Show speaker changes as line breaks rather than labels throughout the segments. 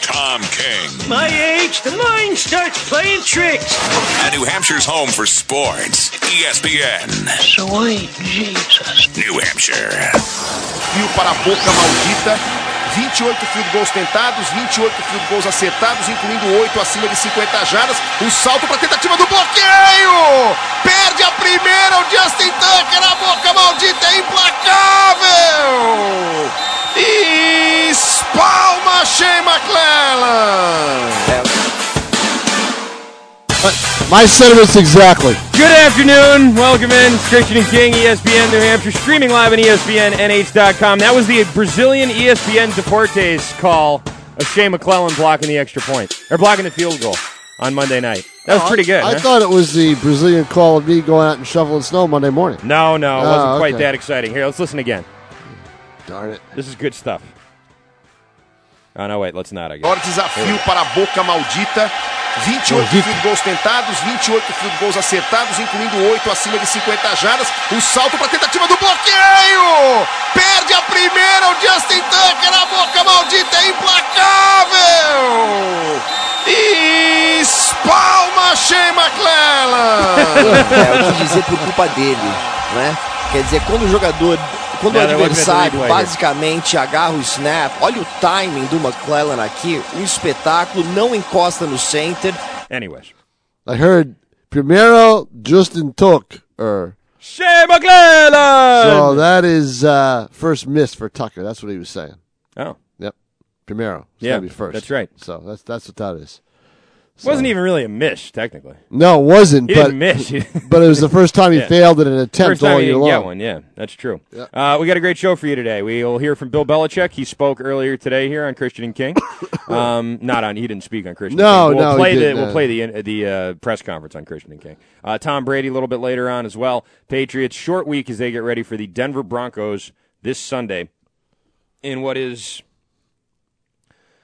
Tom King.
My age, the mind starts playing tricks.
And New Hampshire's home for sports. E ESPN,
Sweet Jesus.
New Hampshire.
fio para a boca maldita. 28 field goals tentados, 28 field goals acertados, incluindo 8 acima de 50 jardas. O salto para a tentativa do bloqueio! Perde a primeira, o Justin Tucker, a boca maldita é implacável! E espalma Shea McClellan!
My sentiments exactly.
Good afternoon. Welcome in. It's Christian and King, E ESPN New Hampshire, streaming live on E ESPNNH.com. That was the Brazilian E ESPN Deportes call of Shea McClellan blocking the extra point, or blocking the field goal on Monday night. That was pretty good.
Oh, I
huh?
thought it was the Brazilian call of me going out and shoveling snow Monday morning.
no, no, it
Oh,
wasn't quite
okay.
that exciting. Here, let's listen again.
Darn it.
This is good stuff. Oh, no, wait, let's not, I guess.
Agora desafio para a boca maldita. 28
Maldita.
field goals tentados, 28 field goals acertados, incluindo 8 acima de 50 jardas. O salto para a tentativa do bloqueio! Perde a primeira, o Justin Tucker, a boca maldita é implacável! E espalma Shea McClellan!
É, eu quis dizer por culpa dele, né? Quer dizer, quando o jogador, quando
Yeah,
o
there wasn't a
adversário
replay here.
basicamente agarra o snap, olha o timing do McClellan aqui, um espetáculo, não encosta no center.
Anyways.
I heard Primero Justin Tuck. Er.
Shea McClellan!
So that is uh, first miss for Tucker. That's what he was saying.
oh,
Yep. Primero. It's
Yeah,
gotta be first.
that's right.
So that's that's what that is.
wasn't even really a miss, technically.
No, it wasn't.
He
but
didn't miss.
but it was the first time he
Yeah.
failed in an attempt
First time
all
you
year
didn't
long.
get one, yeah, that's true. Uh, we got a great show for you today. We'll hear from Bill Belichick. He spoke earlier today here on Christian and King. um, not on. He didn't speak on Christian.
No,
and King. We'll
no, he
play
didn't,
the we'll
uh,
play the the uh, press conference on Christian and King. Uh, Tom Brady a little bit later on as well. Patriots short week as they get ready for the Denver Broncos this Sunday in what is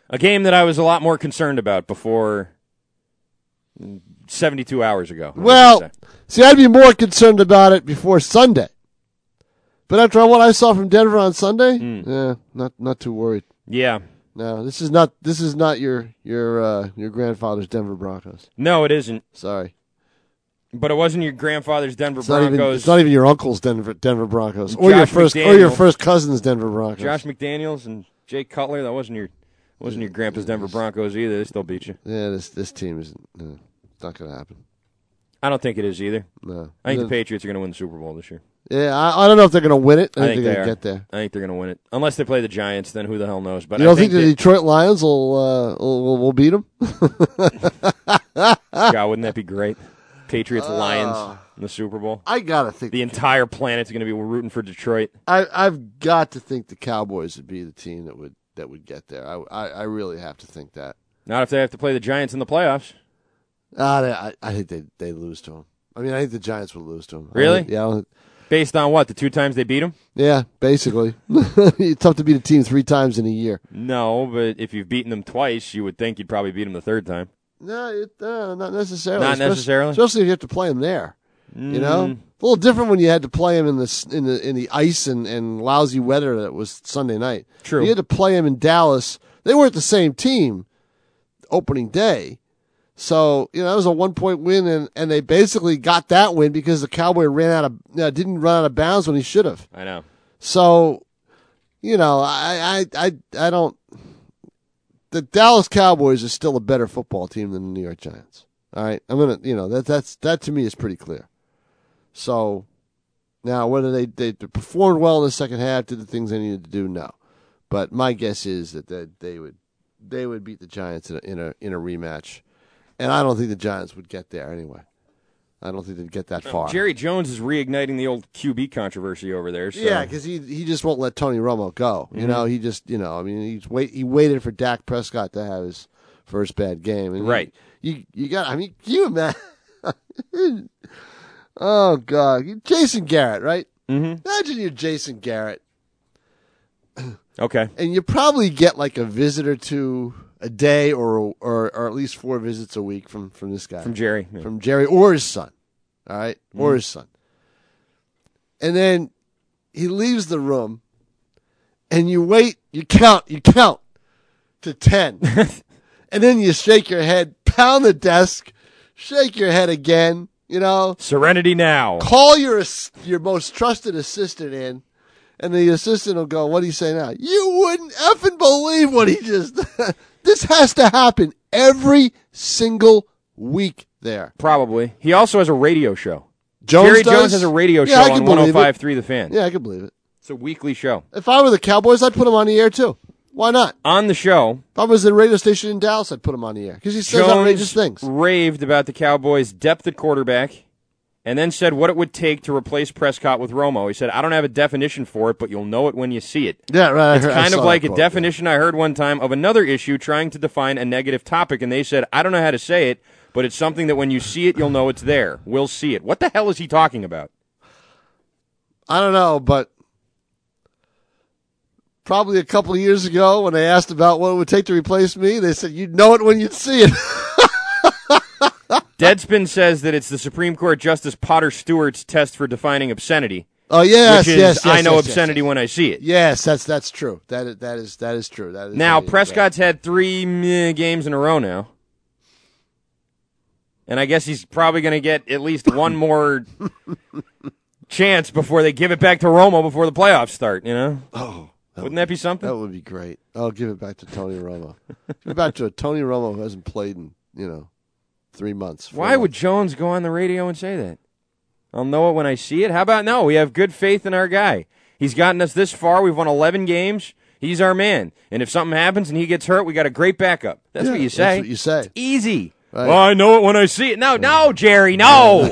a game that I was a lot more concerned about before. 72 hours ago. I would say.
Well, see, I'd be more concerned about it before Sunday. But after what I saw from Denver on Sunday, yeah, not not too worried.
Hmm. yeah.
No, this is not this is not your your uh, your grandfather's Denver Broncos.
No, it isn't.
Sorry,
But it wasn't your grandfather's Denver
it's not
Broncos.
even it's not even your uncle's Denver Denver Broncos or your
Josh
first or your
McDaniel.
first cousin's Denver Broncos.
Josh McDaniels and Jake Cutler. That wasn't your wasn't your grandpa's Denver Broncos either. They still beat you.
yeah, this this team is uh, not going to happen.
I don't think it is either.
No,
I think the Patriots are going to win the Super Bowl this year.
yeah, I, I don't know if they're going to win it. I,
I
don't
think
think they're
they
going
are.
to get there.
I think they're going to win it unless they play the Giants. Then who the hell knows? But
You
I
don't think, the
that,
Detroit Lions will uh, will, will, will beat them?
God, wouldn't that be great? Patriots Lions in the Super Bowl.
Ah. I gotta think
The entire planet's going to be rooting for Detroit.
I, I've got to think the Cowboys would be the team that would that would get there. I, I, I really have to think that.
Not if they have to play the Giants in the playoffs.
Uh, they- I, I think they they lose to them. I mean, I think the Giants would lose to them.
Really?
yeah, I don't-
Based on what? The two times they beat them?
yeah. Basically, it's tough to beat a team three times in a year.
No, but if you've beaten them twice, you would think you'd probably beat them the third time.
No, it, uh, not necessarily.
Not
Especially-
necessarily? Mm.
Especially if you have to play them there. You know, a little different when you had to play them in the s- in the in the ice and, and lousy weather that was Sunday night.
True.
you had to play them in Dallas. They weren't the same team opening day, so you know that was a one point win, and, and they basically got that win because the Cowboy ran out of uh, didn't run out of bounds when he should have.
I know.
So, you know, I I I, I don't. The Dallas Cowboys are still a better football team than the New York Giants. All right, I'm gonna, you know, that that's that to me is pretty clear. So, now whether they they performed well in the second half, did the things they needed to do, no. But my guess is that they, they would they would beat the Giants in a, in a in a rematch, and I don't think the Giants would get there anyway. I don't think they'd get that far.
Jerry Jones is reigniting the old QB controversy over there. So. Mm-hmm.
Yeah, because he he just won't let Tony Romo go. You know, he just you know, I mean, he's wait he waited for Dak Prescott to have his first bad game, and you-
Right.
You you got. I mean, can you imagine? oh God, You- Jason Garrett, right? Mm-hmm. Imagine you're Jason Garrett,
Okay.
and you probably get like a visit or two a day, or or or at least four visits a week from from this guy
From Jerry. Yeah.
from Jerry or his son. All right? Or his son. And then he leaves the room and you wait, you count, you count to 10. and then you shake your head, pound the desk, shake your head again. You know,
Serenity now.
call your ass- your most trusted assistant in, and the assistant will go, "What do you say now?" You wouldn't effing believe what he just. this has to happen every single week. There,
Probably. He also has a radio show.
Jones
Jerry
does?
Jones has a radio
Yeah, I
show
can
on
believe it.
105.3 The Fan.
Yeah, I can believe it.
It's a weekly show.
If I were the Cowboys, I'd put him on the air too. Why not?
On the show,
If I was at a radio station in Dallas, I'd put him on the air because he says outrageous
Jones
things.
raved about the Cowboys' depth at quarterback and then said what it would take to replace Prescott with Romo. He said, I don't have a definition for it, but you'll know it when you see it.
Yeah, right.
It's kind of like a definition I heard one time of another issue trying to define a negative topic, and they said, I don't know how to say it, but it's something that when you see it, you'll know it's there. We'll see it. What the hell is he talking about?
I don't know, but probably a couple of years ago when they asked about what it would take to replace me, they said, you'd know it when you'd see it.
Deadspin says that it's the Supreme Court Justice Potter Stewart's test for defining obscenity,
oh, yes,
which is
yes, yes.
I know
yes,
obscenity
Yes,
when I see it.
yes. Yes, that's, that's true. That is, that is, that is true. That is
Now
that is
Prescott's had three meh games in a row now, and I guess he's probably going to get at least one more chance before they give it back to Romo before the playoffs start. You know, oh, wouldn't that be
great.
something?
That would be great. I'll give it back to Tony Romo. give it back to a Tony Romo who hasn't played in, you know, three months. four
Why would
months.
Jones go on the radio and say that? I'll know it when I see it. How about no? We have good faith in our guy. He's gotten us this far. We've won 11 games. He's our man. And if something happens and he gets hurt, we got a great backup. That's
Yeah,
what you
that's
say.
what you say.
It's easy.
Right.
Well, I know it when I see it. No, no, Jerry, no.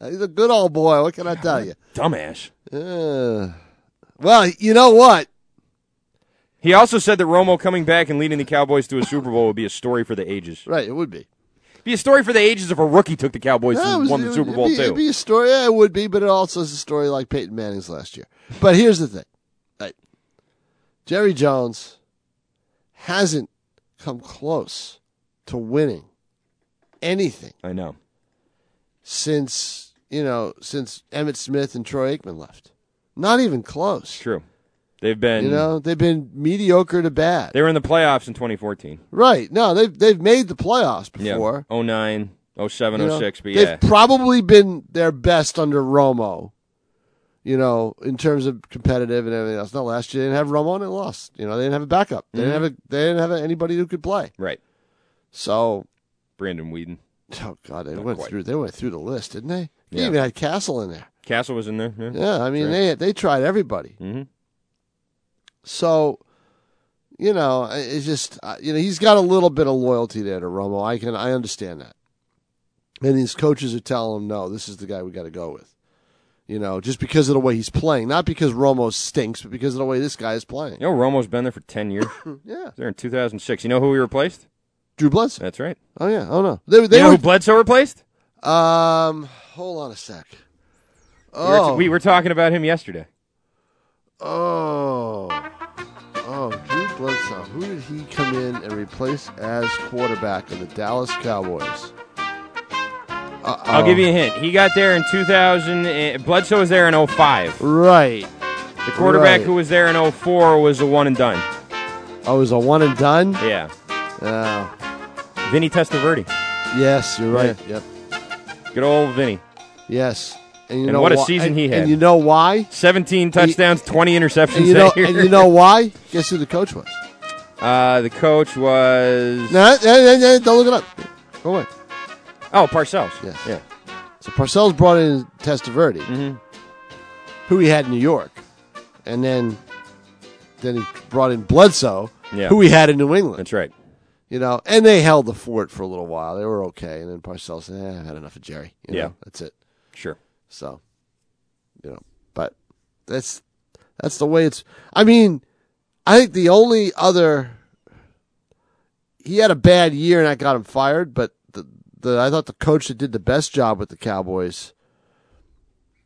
He's a good old boy. What can I tell you?
Dumbass.
Uh, well, you know what?
He also said that Romo coming back and leading the Cowboys to a Super Bowl would be a story for the ages.
Right, it would be.
Be a story for the ages if a rookie took the Cowboys
Yeah, it
and
was-
won
it
the
would-
Super Bowl
it'd be,
too.
It'd be a story. Yeah, it would be, but it also is a story like Peyton Manning's last year. But here's the thing, right? Jerry Jones hasn't come close to winning anything
I know.
since you know since Emmett Smith and Troy Aikman left. Not even close.
True. They've been.
You know, they've been mediocre to bad.
they were in the playoffs in 2014.
Right? No, they've they've made the playoffs
Yeah.
before.
09, 07,
You know,
06, but
they've
yeah.
probably been their best under Romo. You know, in terms of competitive and everything else. Now last year they didn't have Romo and they lost. You know, they didn't have a backup. They didn't have a, they didn't have anybody who could play.
Mm-hmm. Right.
So,
Brandon Whedon.
oh god, they went
quite.
through. They went through the list, didn't they? They
Yeah.
even had Castle in there.
Castle was in there. Yeah.
Yeah, I mean they they tried everybody.
Mhm.
So, you know, I- it's just I- you know he's got a little bit of loyalty there to Romo. I can I understand that, and his coaches are telling him no, this is the guy we got to go with. You know, just because of the way he's playing, not because Romo stinks, but because of the way this guy is playing.
You know, Romo's been there for 10 years.
Yeah,
there in 2006. You know who he replaced?
Drew Bledsoe.
That's right.
Oh yeah, oh no, they they
you know
were.
who Bledsoe replaced?
um, hold on a sec.
We were-
Oh,
We were talking about him yesterday.
Oh. Oh, Drew Bledsoe. Who did he come in and replace as quarterback of the Dallas Cowboys?
I'll give you a hint. He got there in 2000. and- Bledsoe was there in 05.
Right.
The quarterback
Right.
who was there in 04 was a one and done.
Oh, it was a one and done?
Yeah.
Oh.
Vinny Testaverde.
Yes, you're right. Yep.
Good old Vinny.
Yes. And you
And
know
what a
why-
season
and-
he had.
And you know why?
17 touchdowns, 20 interceptions
And you know
that year.
and you know why? Guess who the coach was?
uh, the coach was.
No, no, no, no, don't look it up. Go away.
Oh, Parcells.
Yes.
Yeah.
So Parcells brought in Testaverde,
Mm-hmm.
who he had in New York, and then then he brought in Bledsoe,
Yeah.
who he had in New England.
That's right.
You know, and they held the fort for a little while. They were okay, and then Parcells said, eh, "I've had enough of Jerry." You
Yeah.
know, that's it.
Sure.
So, you know, but that's that's the way it's. I mean, I think the only other he had a bad year and I got him fired, but the, the I thought the coach that did the best job with the Cowboys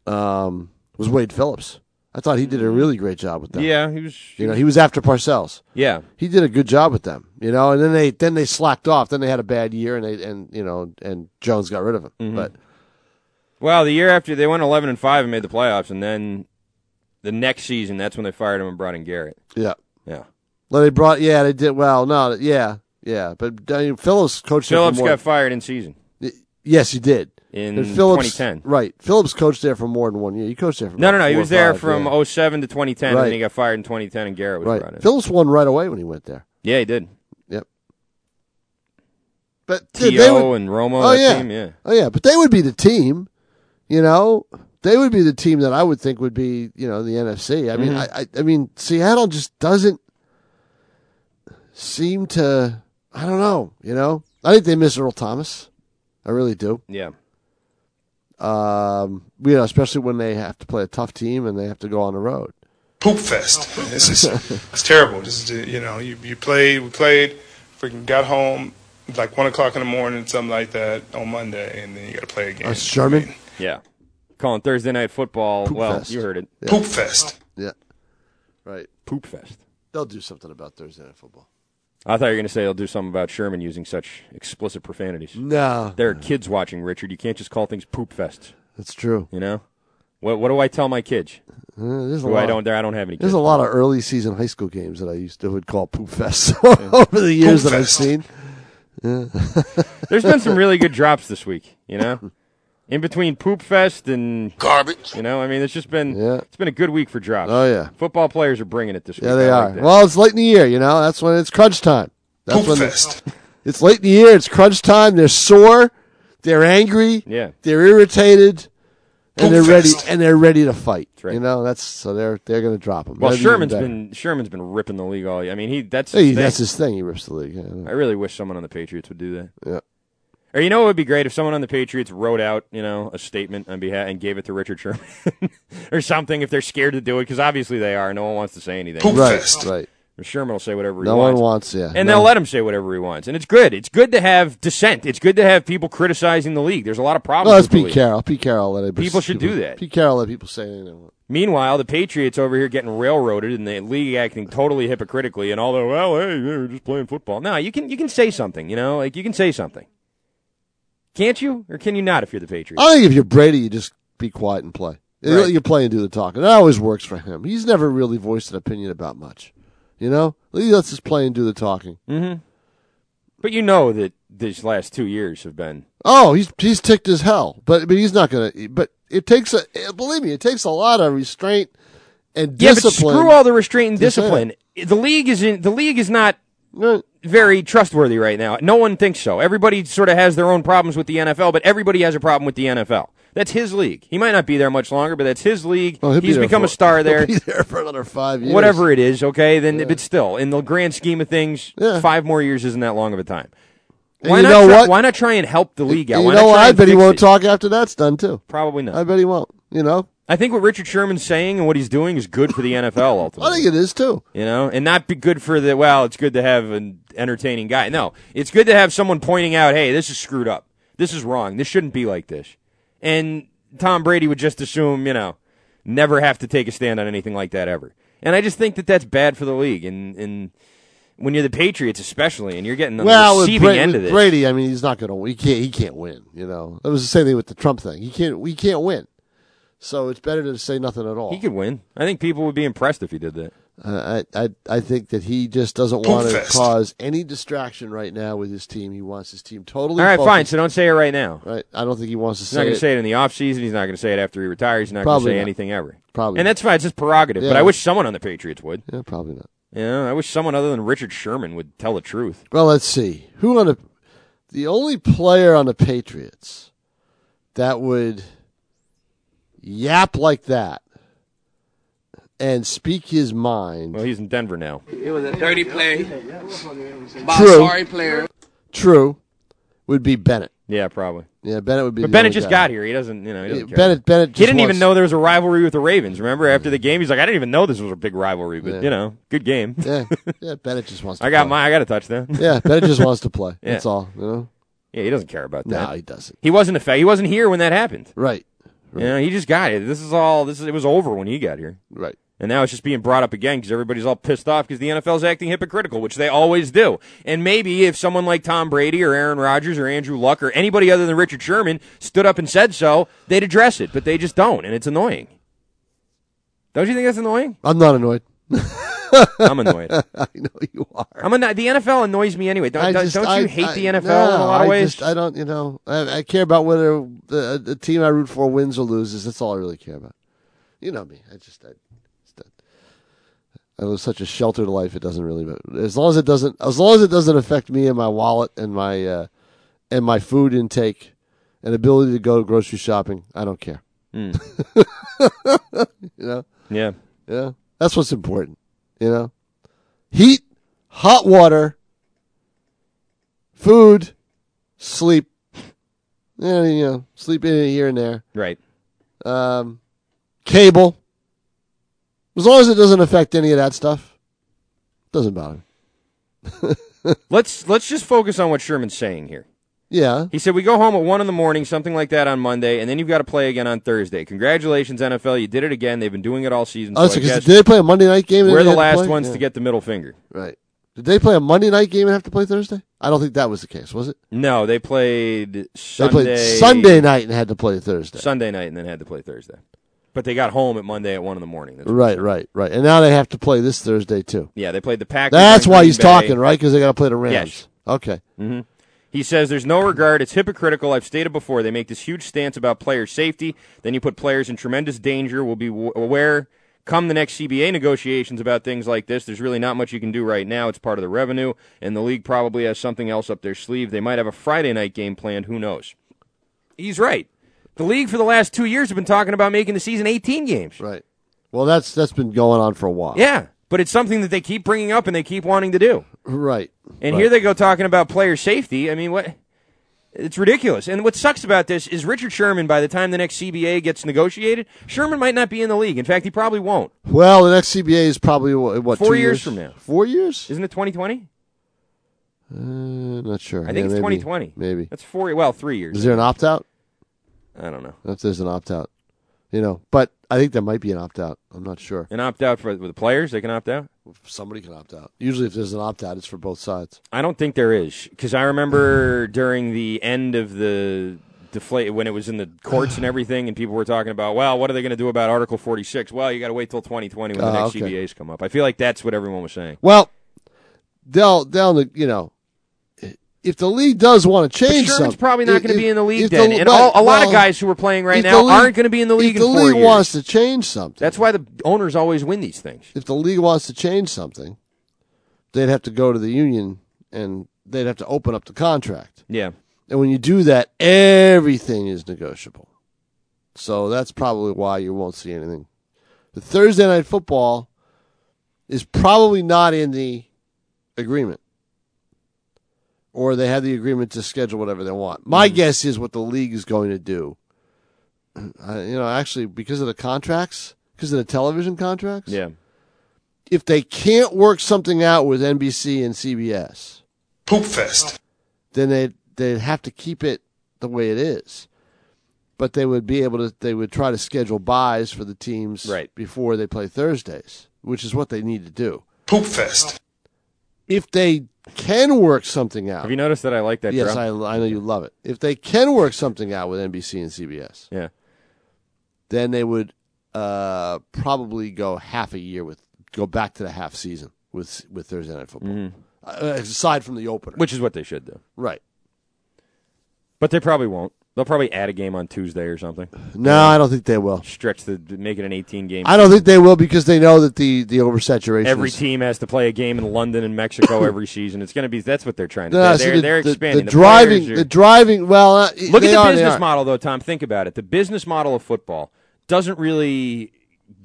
um, was Wade Phillips. I thought he did a really great job with them.
Yeah, he was.
you know, he was after Parcells
yeah.
he did a good job with them, you know. And then they then they slacked off. Then they had a bad year, and they and you know and Jones got rid of him.
Mm-hmm.
But
Well, the year after they went eleven and five and made the playoffs, and then the next season, that's when they fired him and brought in Garrett.
yeah,
Yeah,
well, they brought yeah they did well. No, yeah, Yeah, but I mean, Phillips coached there
Phillips
for more-
got fired in season.
Yes, he did.
In
And Phillips,
2010.
Right. Phillips coached there for more than one year. He coached there for
No,
about
no, no. He
four or
was there
five,
from
yeah.
oh seven 07 to 2010, and
Right.
then he got fired in 2010, and Garrett was
right.
brought in.
Phillips won right away when he went there.
yeah, he did.
Yep. But
T.O.
dude, they would,
and Romo.
oh
that
yeah,
Team, yeah.
oh yeah. But they would be the team, you know. They would be the team that I would think would be, you know, the NFC. I mean,
Mm-hmm.
I, I, I mean, Seattle just doesn't seem to. I don't know, you know. I think they miss Earl Thomas. I really do.
Yeah.
Um, you know, especially when they have to play a tough team and they have to go on the road.
Oh, poop fest. This is it's terrible. This is you know you you played we played, freaking got home like one o'clock in the morning something like that on Monday, and then you got to play again.
Uh, Sherman.
Yeah. Calling Thursday night football.
Poop
well,
fest.
you heard it.
Poop fest.
Yeah. Right.
Poop fest.
They'll do something about Thursday night football.
I thought you were going to say they'll do something about Sherman using such explicit profanities.
No,
There are kids watching, Richard. You can't just call things poop fest.
that's true.
You know. What What do I tell my kids?
Uh, There's a
Who
lot.
I don't. I don't have any.
there's
Kids.
a lot of early season high school games that I used to would call poop fest over the years
Poop
that I've
fest.
seen.
There's been some really good drops this week. You know. In between poop fest and
Garbage.
You know, I mean, it's just been
Yeah.
it's been a good week for drops.
Oh, yeah.
football players are bringing it this week.
Yeah, they
I
are.
like that.
well, it's late in the year, you know. That's when it's crunch time. That's
Poop
when the-
fest.
it's late in the year. It's crunch time. They're sore. They're angry.
Yeah.
They're irritated. And
Poop
they're ready.
fest.
And they're ready to fight.
right.
You know. That's so they're they're going to drop them.
well, Sherman's been Sherman's been ripping the league all. year. I mean, he that's his
Hey,
thing.
that's his thing. He rips the league. Yeah.
I really wish someone on the Patriots would do that.
Yeah.
Or you know, it would be great if someone on the Patriots wrote out, you know, a statement on behalf and gave it to Richard Sherman or something if they're scared to do it because obviously they are. No one wants to say anything.
Poop.
Right.
fest.
Right.
Sherman will say whatever he
No
wants.
one wants. Yeah.
and
no.
they'll let him say whatever he wants, and it's good. It's good to have dissent. It's good to have people criticizing the league. There's a lot of problems.
Well, that's
with the
Pete
league.
Carroll. Pete Carroll let it.
People should do that.
Pete Carroll let people say anything. They want.
Meanwhile, the Patriots over here getting railroaded and the league acting totally hypocritically and all the well, hey, they're just playing football. No, you can you can say something, you know, like you can say something. Can't you? Or can you not if you're the Patriots?
I think if you're Brady, you just be quiet and play. You-
Right.
You play and do the talking. That always works for him. He's never really voiced an opinion about much. You know, he lets us play and do the talking.
Mm-hmm. But you know that these last two years have been
Oh, he's he's ticked as hell, but but he's not gonna. But it takes a believe me, it takes a lot of restraint and
Yeah, but
discipline.
screw all the restraint and
to say
discipline. The league is in the league is not
Right.
very trustworthy right now. No one thinks so. Everybody sort of has their own problems with the NFL, but everybody has a problem with the NFL. That's his league. He might not be there much longer, but that's his league.
Well, Oh, he'll be
He's
there
become
for-
a star
he'll
there.
be there for another five years.
whatever it is, okay, then but still, in the grand scheme of things,
Yeah.
five more years isn't that long of a time.
And
Why
you
not
know
try,
what?
Why not try and help the league out?
You
Why
know
not
what?
try
I
and
bet he
fix
won't
it?
talk after that's done too.
Probably not.
I bet he won't. You know,
I think what Richard Sherman's saying and what he's doing is good for the NFL ultimately.
I think it is too.
you know, and not be good for the well. It's good to have an entertaining guy. No, it's good to have someone pointing out, hey, this is screwed up. This is wrong. This shouldn't be like this. And Tom Brady would just assume, you know, never have to take a stand on anything like that ever. And I just think that that's bad for the league. And and when you're the Patriots, especially, and you're getting on
Well,
the
with,
receiving
Bra-
end
with
of this,
Brady, I mean, he's not going to. He can't. He can't win. You know, it was the same thing with the Trump thing. He can't. We can't win. So it's better to say nothing at all.
he could win. I think people would be impressed if he did that.
Uh, I, I I think that he just doesn't want to
fest.
cause any distraction right now with his team. He wants his team totally.
All right, fine.
focused,
So don't say it right now.
Right. I don't think he wants to
He's not
say.
going
It.
to say it in the offseason. He's not going to say it after he retires. He's not going to
Probably
say
not.
anything ever.
Probably
And
not.
that's fine. It's his prerogative. But
Yeah.
I wish someone on the Patriots would.
yeah, probably not.
You know, I wish someone other than Richard Sherman would tell the truth.
Well, let's see. Who on the the only player on the Patriots that would yap like that and speak his mind?
Well, he's in Denver now.
Dirty play. By
True.
a sorry player.
True, would be Bennett.
Yeah, probably.
Yeah, Bennett would be.
But
the
Bennett
only
just
guy.
got here. He doesn't, you know, he doesn't
Yeah,
care.
Bennett. Bennett. Just
he didn't even
wants-
know there was a rivalry with the Ravens. Remember, after the game, he's like, "I didn't even know this was a big rivalry, but
Yeah.
you know, good game.
Yeah, yeah. Bennett just wants. to
I got
play.
my, I got a touchdown." Yeah.
Yeah, Bennett just wants to play.
Yeah.
That's all. You know.
he doesn't care about that.
No, he doesn't.
He wasn't a fa- he wasn't here when that happened.
Right.
You know, he just got it. This is all. This is, it was over when he got here,
Right.
and now it's just being brought up again because everybody's all pissed off because the NFL's acting hypocritical, which they always do. And maybe if someone like Tom Brady or Aaron Rodgers or Andrew Luck or anybody other than Richard Sherman stood up and said so, they'd address it. But they just don't, and it's annoying. Don't you think that's annoying?
I'm not annoyed.
I'm annoyed.
I know you are.
I'm anno- the NFL annoys me anyway. Don't,
I
don't-
just-
don't you
I-
hate
I-
the NFL in a
no,
lot of
I
ways?
Just, I don't, you know, I, I care about whether the, the team I root for wins or loses. That's all I really care about. You know me. I just, I, just- I live such a sheltered life. It doesn't really, ma- as long as it doesn't, as long as it doesn't affect me and my wallet and my, uh, and my food intake and ability to go grocery shopping, I don't care. you know,
yeah.
yeah, that's what's important. You know, heat, hot water, food, sleep. Yeah, you know, sleep in here and there.
Right.
Um, cable. As long as it doesn't affect any of that stuff, doesn't bother. me.
Let's let's just focus on what Sherman's saying here.
Yeah,
He said, We go home at 1 in the morning, something like that on Monday, and then you've got to play again on Thursday. Congratulations, NFL. You did it again. They've been doing it all season.
oh,
so I
because
guess
did they play a Monday night game? and
we're
they
the
had
last
play?
ones
Yeah.
to get the middle finger.
right. Did they play a Monday night game and have to play Thursday? I don't think that was the case, was it?
No, they played
They
Sunday.
played Sunday night and had to play Thursday.
Sunday night and then had to play Thursday. But they got home at Monday at 1 in the morning. That's-
Right, right, right. And now they have to play this Thursday too.
Yeah, they played the Packers.
That's
on
why
Green
he's
Bay.
talking, right? Because they got to play the Rams.
Yes.
Okay.
Mm-hmm. He says there's no regard. It's hypocritical. I've stated before. They make this huge stance about player safety. Then you put players in tremendous danger. We'll be w- aware come the next CBA negotiations about things like this. There's really not much you can do right now. It's part of the revenue, and the league probably has something else up their sleeve. They might have a Friday night game planned. Who knows? He's right. The league for the last two years have been talking about making the season 18 games.
Right. Well, that's that's been going on for a while.
Yeah, but it's something that they keep bringing up and they keep wanting to do.
Right.
And
Right.
here they go talking about player safety. I mean, what? It's ridiculous. And what sucks about this is Richard Sherman. By the time the next CBA gets negotiated, Sherman might not be in the league. In fact, he probably won't.
Well, the next CBA is probably what, what
Four
two
years from now.
Four years?
Isn't it 2020?
Uh, not sure.
I think it's 2020.
Maybe.
that's four. Well, three years.
Is there an opt out?
I don't know.
If there's an opt out, you know. But I think there might be an opt out. I'm not sure.
An opt out for, for the players. They can opt out.
Somebody can opt out. Usually, if there's an opt out, it's for both sides.
I don't think there is because I remember during the end of the deflate when it was in the courts and everything, and people were talking about, well, what are they going to do about Article 46? Well, you got to wait till 2020 when the
Ah,
next
okay.
CBAs come up. I feel like that's what everyone was saying.
Well, they'll they'll you know. If the league does want to
But
change
Sherman's
something,
probably not
if-
going to be in the league
if
then, and
well-
all, a lot
well,
of guys who are playing right
if the
now
league-
aren't going to be in the league
If
in
the
four
league
years.
wants to change something,
That's why the owners always win these things.
if the league wants to change something, they'd have to go to the union and they'd have to open up the contract.
Yeah,
And when you do that, everything is negotiable. So that's probably why you won't see anything. The Thursday night football is probably not in the agreement. Or they have the agreement to schedule whatever they want. My guess is what the league is going to do. I, you know, actually, because of the contracts, because of the television contracts,
yeah.
if they can't work something out with NBC and CBS,
Poop fest.
then they they'd have to keep it the way it is. But they would be able to they would try to schedule buys for the teams
Right.
before they play Thursdays, which is what they need to do.
Poop fest.
If they can work something out.
Have you noticed that I like that
yes,
drum?
I, I know you love it. If they can work something out with NBC and CBS,
yeah,
then they would uh, probably go half a year with go back to the half season with with Thursday night football. Uh, aside from the opener.
Mm-hmm. which is what they should do,
Right.
but they probably won't. They'll probably add a game on Tuesday or something.
No, I don't think they will.
Stretch the make it an 18 game.
I don't think they will because they know that the the oversaturation.
Every
is,
team has to play a game in London and Mexico every season. It's going to be that's what they're trying to.
No,
do.
so
they're,
the-
they're
the-
expanding.
The,
players
driving,
are-
the driving. Well, uh,
Look
they
at the
are, they
business
are.
model, though, Tom. Think about it. The business model of football doesn't really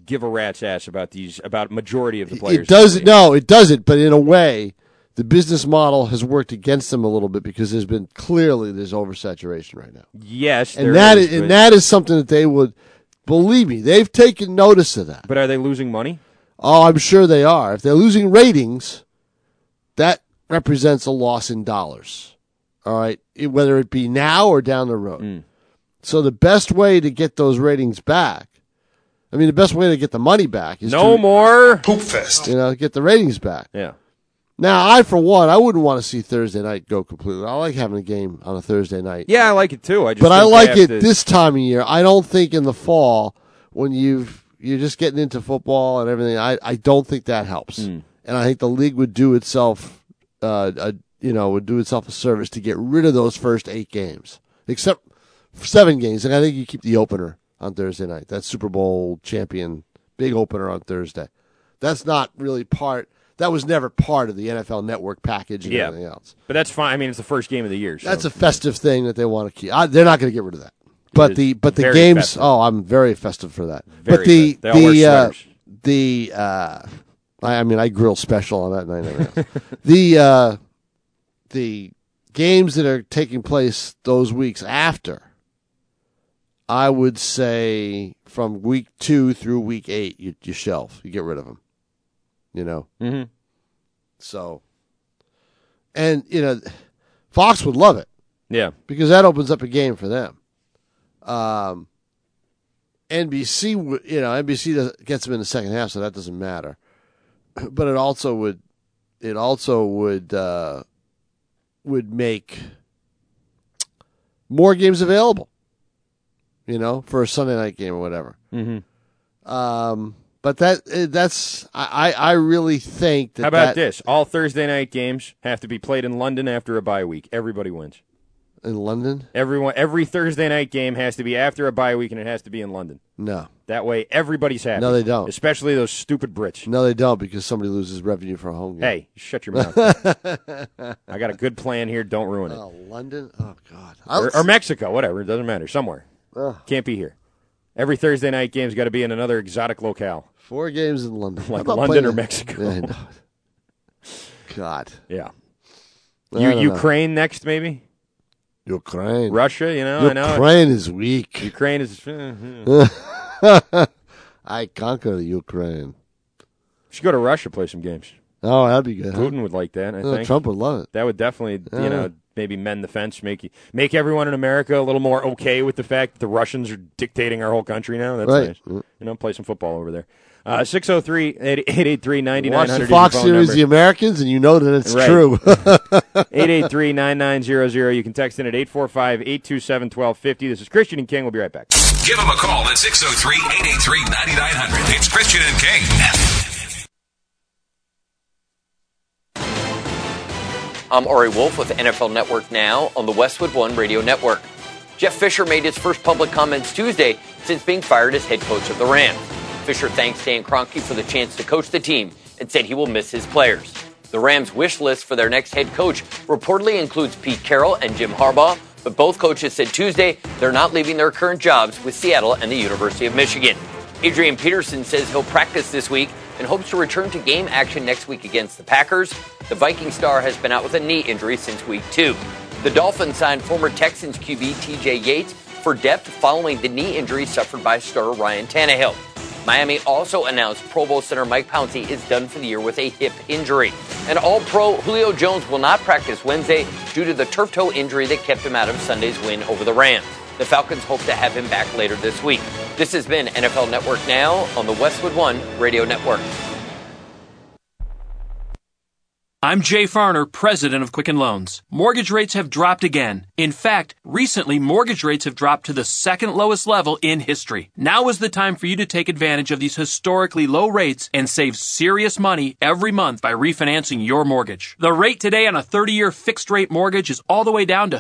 give a rat's ass about these about majority of the players.
It doesn't. No, it doesn't. But in a way, the business model has worked against them a little bit because there's been clearly there's oversaturation right now,
Yes, there
and that
is,
is, and
but,
that is something that they would believe me. They've taken notice of that.
but are they losing money?
Oh, I'm sure they are. If they're losing ratings, that represents a loss in dollars. All right. It- whether it be now or down the road.
Mm.
So the best way to get those ratings back, I mean, the best way to get the money back is
No
to,
more.
Poop fest.
you know, get the ratings back.
Yeah,
Now, I, for one, I wouldn't want to see Thursday night go completely. I like having a game on a Thursday night.
yeah, I like it too. I just
But I
think they
like
have
it
to-
this time of year. I don't think in the
Hmm.
fall when you've you're just getting into football and everything. I, I don't think that helps. and I think the league would do itself, uh, a, you know, would do itself a service to get rid of those first eight games, except for seven games. And I think you keep the opener on Thursday night. That Super Bowl champion big opener on Thursday. That's not really part. That was never part of the NFL Network package and
Yeah.
everything else.
But that's fine. I mean, it's the first game of the year. So.
That's a festive thing that they want to keep. I, they're not going to get rid of that. But
is
the but the
very
games.
festive.
Oh, I'm very festive for that. but
Very
the
festive. They all wear
the uh,
sweaters.
the uh, I, I mean I grill special on that night. and everything else. the uh, the games that are taking place those weeks after. I would say from week two through week eight, you, you shelf, you get rid of them. You know. Mm-hmm. So. And you know, Fox would love it
yeah.
because that opens up a game for them. Um, NBC, w- you know, NBC does, gets them in the second half, so that doesn't matter. But it also would, it also would, uh, would make more games available. You know, for a Sunday night game or whatever. Mm-hmm. Um, but that eh, that's I I I really think that
How about
that,
this? All Thursday night games have to be played in London after a bye week. Everybody wins.
in London?
Everyone, every Thursday night game has to be after a bye week, and it has to be in London.
No,
That way, everybody's happy.
No, they don't.
Especially those stupid Brits.
no, they don't because somebody loses revenue for a home game.
Hey, shut your mouth. I got a good plan here. Don't ruin it.
Oh, London? Oh, God.
Or, or Mexico, whatever. It doesn't matter. Somewhere. Can't be here. Every Thursday night game's got to be in another exotic locale.
Four games in London. How
Like
about
London
playing
or
in-
Mexico.
Yeah, I know. God.
Yeah.
I
You,
don't
Ukraine next, maybe?
know. Ukraine.
Russia, you know? I know.
Ukraine is weak.
Ukraine is. eh, eh.
I conquer the Ukraine.
Should go to Russia, play some games.
Oh, that'd be good. huh?
Putin would like that, I
Uh,
think.
Trump would love it.
That would definitely, you know, maybe mend the fence, make you, make everyone in America a little more okay with the fact that the Russians are dictating our whole country now. That's
Right.
nice. You know, play some football over there. Uh, 603-883-9900.
Watch the
is
Fox
phone
series
number.
The Americans, and you know that it's
Right.
true.
883-9900. You can text in at 845-827-1250. This is Christian and King. We'll be right back.
Give them a call at 603 883 9900. It's Christian and King.
I'm Ari Wolf with NFL Network Now on the Westwood One Radio Network. Jeff Fisher made his first public comments Tuesday since being fired as head coach of the Rams. Fisher thanked Stan Kroenke for the chance to coach the team and said he will miss his players. The Rams' wish list for their next head coach reportedly includes Pete Carroll and Jim Harbaugh, but both coaches said Tuesday they're not leaving their current jobs with Seattle and the University of Michigan. Adrian Peterson says he'll practice this week and hopes to return to game action next week against the Packers. The Viking star has been out with a knee injury since week two. The Dolphins signed former Texans QB TJ Yates for depth following the knee injury suffered by star Ryan Tannehill. Miami also announced Pro Bowl center Mike Pouncey is done for the year with a hip injury. And All Pro Julio Jones will not practice Wednesday due to the turf toe injury that kept him out of Sunday's win over the Rams. The Falcons hope to have him back later this week. This has been NFL Network Now on the Westwood One Radio Network.
I'm Jay Farner, president of Quicken Loans. Mortgage rates have dropped again. In fact, recently mortgage rates have dropped to the second lowest level in history. Now is the time for you to take advantage of these historically low rates and save serious money every month by refinancing your mortgage. The rate today on a 30-year fixed rate mortgage is all the way down to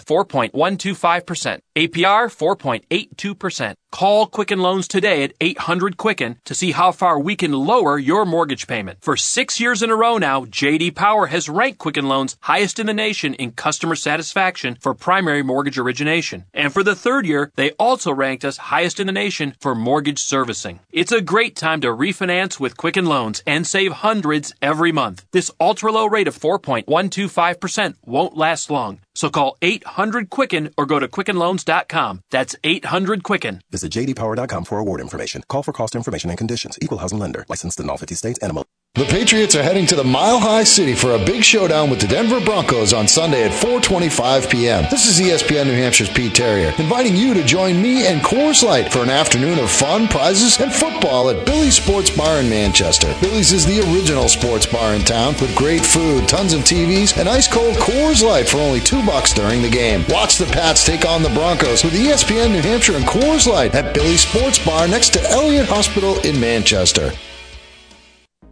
4.125%. APR 4.82%. Call Quicken Loans today at 800 Quicken to see how far we can lower your mortgage payment. For six years in a row now, JD Power has ranked Quicken Loans highest in the nation in customer satisfaction for primary mortgage origination. And for the third year, they also ranked us highest in the nation for mortgage servicing. It's a great time to refinance with Quicken Loans and save hundreds every month. This ultra low rate of 4.125% won't last long. So call 800 Quicken or go to QuickenLoans.com. That's 800 Quicken.
Visit jdpower.com for award information. Call for cost information and conditions. Equal housing lender. Licensed in all 50 states. Animal.
The Patriots are heading to the Mile High City for a big showdown with the Denver Broncos on Sunday at 4:25 p.m. This is E ESPN New Hampshire's Pete Terrier inviting you to join me and Coors Light for an afternoon of fun, prizes, and football at Billy's Sports Bar in Manchester. Billy's is the original sports bar in town with great food, tons of TVs, and ice cold Coors Light for only two bucks during the game. Watch the Pats take on the Broncos with E ESPN New Hampshire and Coors Light at Billy's Sports Bar next to Elliott Hospital in Manchester.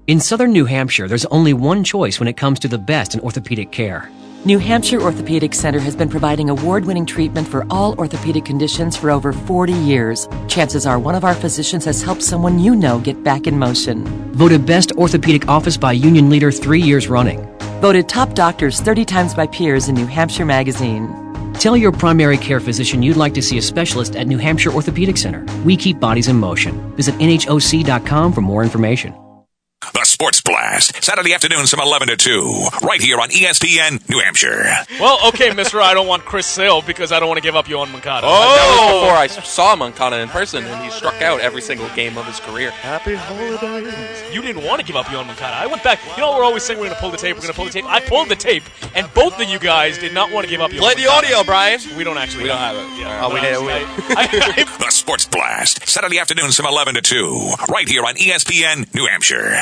In southern New Hampshire, there's only one choice when it comes to the best in orthopedic care.
New Hampshire Orthopedic Center has been providing award winning treatment for all orthopedic conditions for over 40 years. Chances are one of our physicians has helped someone you know get back in motion.
Voted Best Orthopedic Office by Union Leader three years running.
Voted top doctors 30 times by peers in New Hampshire Magazine.
Tell your primary care physician you'd like to see a specialist at New Hampshire Orthopedic Center. We keep bodies in motion. Visit NHOC.com for more information.
The Sports Blast, Saturday afternoons from 11 to 2, right here on E ESPN New Hampshire.
Well, okay, Mister, I don't want Chris Sale because I don't want to give up Yohan Moncada.
Oh, that was before I saw Moncada in person, and he struck out every single game of his career.
Happy holidays. You didn't want to give up Yohan Moncada. I went back. You know, we're always saying we're going to pull the tape. We're going to pull the tape. I pulled the tape, and both of you guys did not want to give up. Yohan
Play the
Moncada.
audio, Brian.
We don't actually.
We don't have it. Oh, we did.
We-
the Sports Blast, Saturday afternoons from 11 to 2, right here on E ESPN New Hampshire.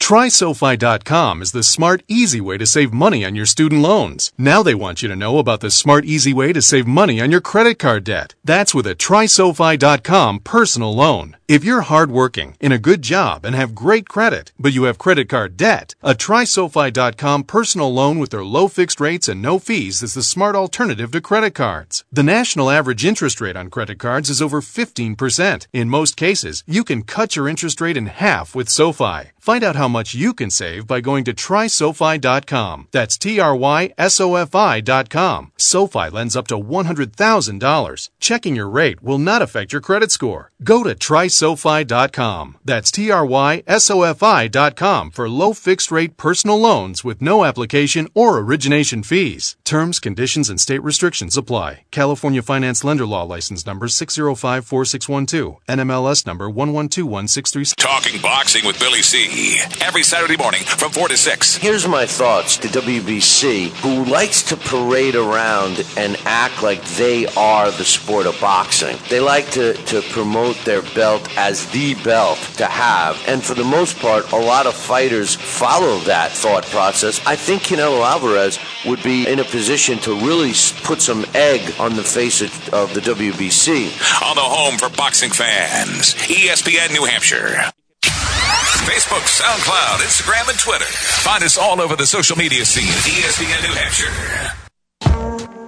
TrySofi.com is the smart, easy way to save money on your student loans. Now they want you to know about the smart, easy way to save money on your credit card debt. That's with a TrySofi.com personal loan. If you're hardworking, in a good job, and have great credit, but you have credit card debt, a TrySofi.com personal loan with their low fixed rates and no fees is the smart alternative to credit cards. The national average interest rate on credit cards is over 15%. In most cases, you can cut your interest rate in half with SoFi. Find out how much you can save by going to trysofi.com. That's T R Y S O F I.com. SoFi lends up to $100,000. Checking your rate will not affect your credit score. Go to trysofi.com. That's T R Y S O F I.com for low fixed rate personal loans with no application or origination fees. Terms, conditions, and state restrictions apply. California Finance Lender Law License Number 6054612. NMLS Number 1121636.
Talking boxing with Billy C. Every Saturday morning from 4 to 6.
Here's my thoughts to WBC, who likes to parade around and act like they are the sport of boxing. They like to, to promote their belt as the belt to have. And for the most part, a lot of fighters follow that thought process. I think Canelo Alvarez would be in a position to really s- put some egg on the face of, of the WBC.
On the home for boxing fans, E ESPN New Hampshire. Facebook, SoundCloud, Instagram, and Twitter. Find us all over the social media scene E at ESPN New Hampshire.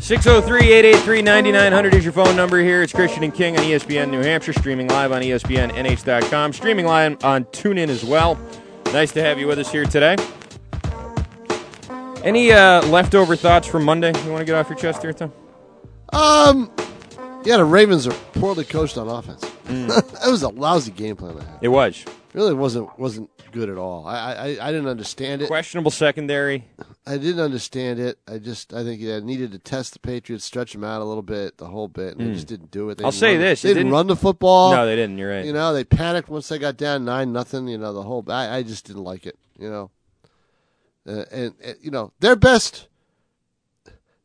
Six zero three eight eight three ninety nine hundred is your phone number here. It's Christian and King on E ESPN New Hampshire, streaming live on E ESPNNH.com, streaming live on TuneIn as well. Nice to have you with us here today. Any uh, leftover thoughts from Monday you want to get off your chest here, Tom?
Um, yeah, the Ravens are poorly coached on offense. that was a lousy game plan. I had.
Mm. It was.
Really wasn't wasn't good at all. I, I I didn't understand it.
Questionable secondary.
I didn't understand it. I just I think yeah, needed to test the Patriots, stretch them out a little bit, the whole bit, and they
Mm.
just didn't do it. They
I'll
didn't
say
run-
this,
they
it
didn't,
didn't-
run the football.
No, they didn't. You're right.
You know, they panicked once they got down nine nothing. You know, the whole I, I just didn't like it. You know, uh, and uh, you know their best,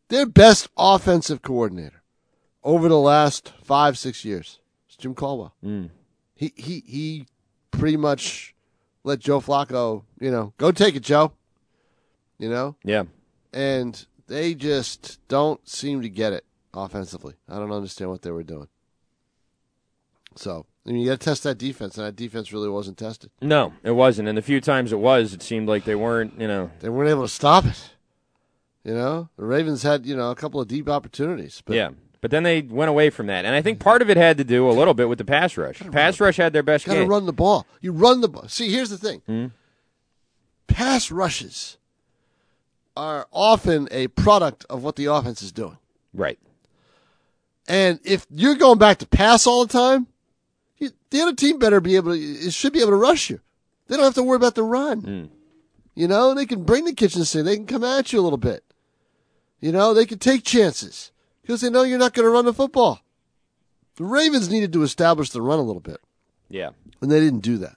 their best offensive coordinator over the last five six years is Jim Caldwell.
Mm.
He he he pretty much let Joe Flacco. You know, go take it, Joe. You know,
Yeah.
and they just don't seem to get it offensively. I don't understand what they were doing. So I mean, you got to test that defense, and that defense really wasn't tested.
No, it wasn't. And the few times it was, it seemed like they weren't. You know.
They weren't able to stop it. You know, the Ravens had you know a couple of deep opportunities, but
yeah. But then they went away from that, and I think part of it had to do a little bit with the pass rush. Pass rush had their best
got to
game.
run the ball. You run the ball. See, here's the thing:
Hmm?
pass rushes are often a product of what the offense is doing.
Right.
And if you're going back to pass all the time, you, the other team better be able to, it should be able to rush you. They don't have to worry about the run.
Hmm.
You know, they can bring the kitchen sink. They can come at you a little bit. You know, they can take chances because they know you're not going to run the football. The Ravens needed to establish the run a little bit,
Yeah.
and they didn't do that.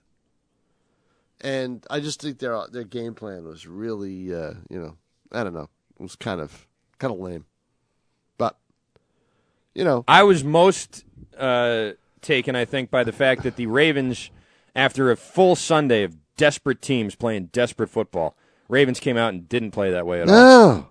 And I just think their their game plan was really, uh, you know, I don't know, it was kind of kind of lame. But you know,
I was most uh, taken, I think, by the fact that the Ravens, after a full Sunday of desperate teams playing desperate football, Ravens came out and didn't play that way at all.
No.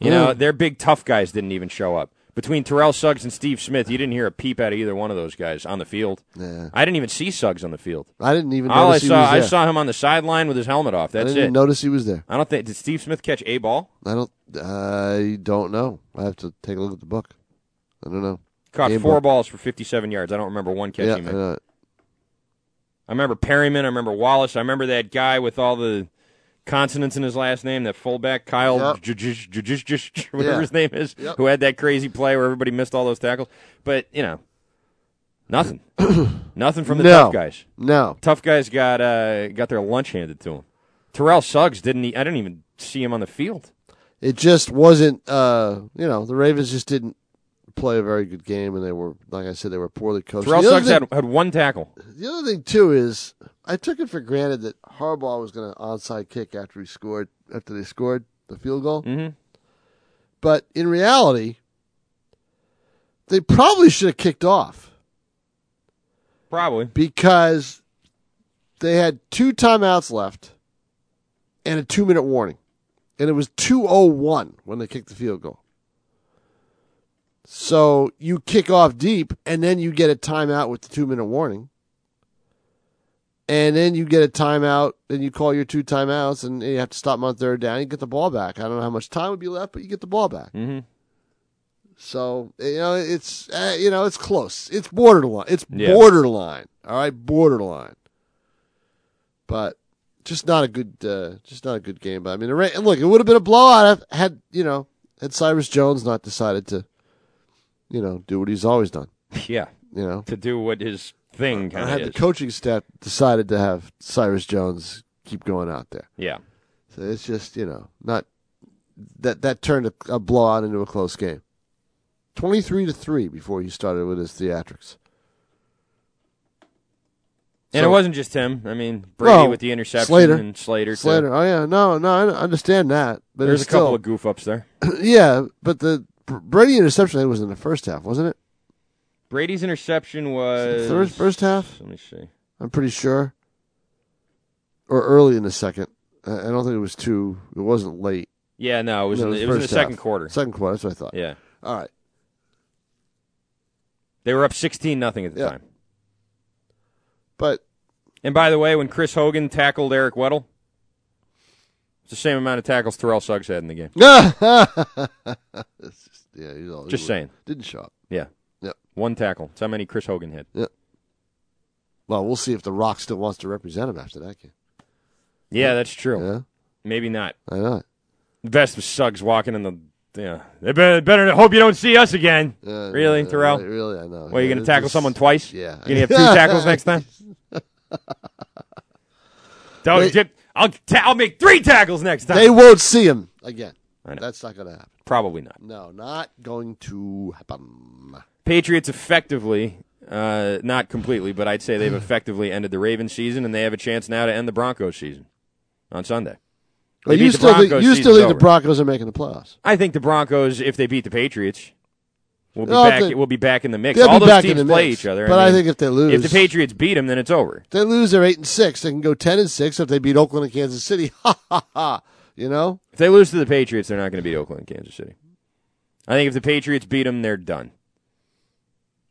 You know,
No.
their big tough guys didn't even show up. Between Terrell Suggs and Steve Smith, you didn't hear a peep out of either one of those guys on the field.
Yeah.
I didn't even see Suggs on the field.
I didn't even
All I
notice he
saw,
was
I
there.
saw him on the sideline with his helmet off. That's
I didn't
it.
notice he was there.
I don't think did Steve Smith catch a ball?
I don't. I don't know. I have to take a look at the book. I don't know.
Caught
Game
four
book.
balls for 57 yards. I don't remember one catch
Yeah, uh,
he
I
made.
know.
I remember Perryman. I remember Wallace. I remember that guy with all the consonants in his last name, that fullback, Kyle, J- J- J- J- J- J- whatever
Yeah.
his name is,
Yep.
who had that crazy play where everybody missed all those tackles. But, you know, nothing. nothing from the
No.
tough guys.
No.
Tough guys got uh, got their lunch handed to him. Terrell Suggs didn't, e- I didn't even see him on the field.
It just wasn't. Uh, you know, the Ravens just didn't play a very good game, and they were, like I said, they were poorly coached.
Terrell
The other
Suggs
thing-
had, had one tackle.
The other thing too is I took it for granted that Harbaugh was going to onside kick after he scored after they scored the field goal.
Mm-hmm.
But in reality, they probably should have kicked off
Probably.
because they had two timeouts left and a two minute warning, and it was two oh one when they kicked the field goal. So you kick off deep, and then you get a timeout with the two minute warning. And then you get a timeout, and you call your two timeouts, and you have to stop them on third down. You get the ball back. I don't know how much time would be left, but you get the ball back.
Mm-hmm.
So you know it's uh, you know it's close. It's borderline. It's
Yeah.
borderline. All right, borderline. But just not a good, uh, just not a good game. But I mean, the Ra- and look, it would have been a blowout if- had you know had Cyrus Jones not decided to, you know, do what he's always done.
Yeah.
You know,
To do what his thing kind
I
of
had
is.
the coaching staff decided to have Cyrus Jones keep going out there.
Yeah.
So it's just you know not that that turned a, a blowout into a close game, twenty three to three before he started with his theatrics.
And
So-
it wasn't just him. I mean, Brady
Well,
with the interception
Slater.
and Slater. too.
Slater. Oh yeah, no, no, I understand that. But
There's
it's
a couple
still-
of goof ups there.
yeah, but the Br- Brady interception I think, was in the first half, wasn't it?
Brady's interception was
Third, first half.
Let me see.
I'm pretty sure. Or early in the second. I I don't think it was too. It wasn't late.
Yeah, no, it was in the- it was in the
first
second quarter.
Second quarter. That's what I thought.
Yeah.
All right.
They were up sixteen nothing at the
Yeah.
time.
But
and by the way, when Chris Hogan tackled Eric Weddle, it's the same amount of tackles Terrell Suggs had in the game.
It's just, yeah, he's all, he
Just
was-
saying.
Didn't show up.
Yeah.
Yep.
One tackle. That's how many Chris Hogan hit.
Yep. Well, we'll see if The Rock still wants to represent him after that game.
Yeah, that's true. Maybe not.
Why not?
Best with Suggs walking in the yeah. They better, better hope you don't see us again.
Uh,
really,
uh,
Terrell?
really- really, I know.
Well, you're
Yeah,
going to
it
tackle
just-
someone twice?
yeah.
You're going to have two tackles next time? Don't
Wait.
get- I'll, ta- I'll make three tackles next time.
They won't see him again.
I know.
That's not going to happen.
Probably not.
No, not going to happen.
Patriots effectively, uh, not completely, but I'd say they've effectively ended the Ravens season, and they have a chance now to end the Broncos season on Sunday.
Well,
They
you
beat the
still think,
Broncos,
you still
season's
think the
over.
Broncos are making the playoffs?
I think the Broncos, if they beat the Patriots, will be
No,
back.
they-
will be back in the mix.
they'll
All
be
those
back in
teams
the
play
mix,
each other.
but I
mean,
think if they
if the
lose-
Patriots beat them, then it's over.
If they lose, they're eight and six. They can go ten and six if they beat Oakland and Kansas City. Ha ha ha! You know,
If they lose to the Patriots, they're not going to beat Oakland, and Kansas City. I think if the Patriots beat them, they're done.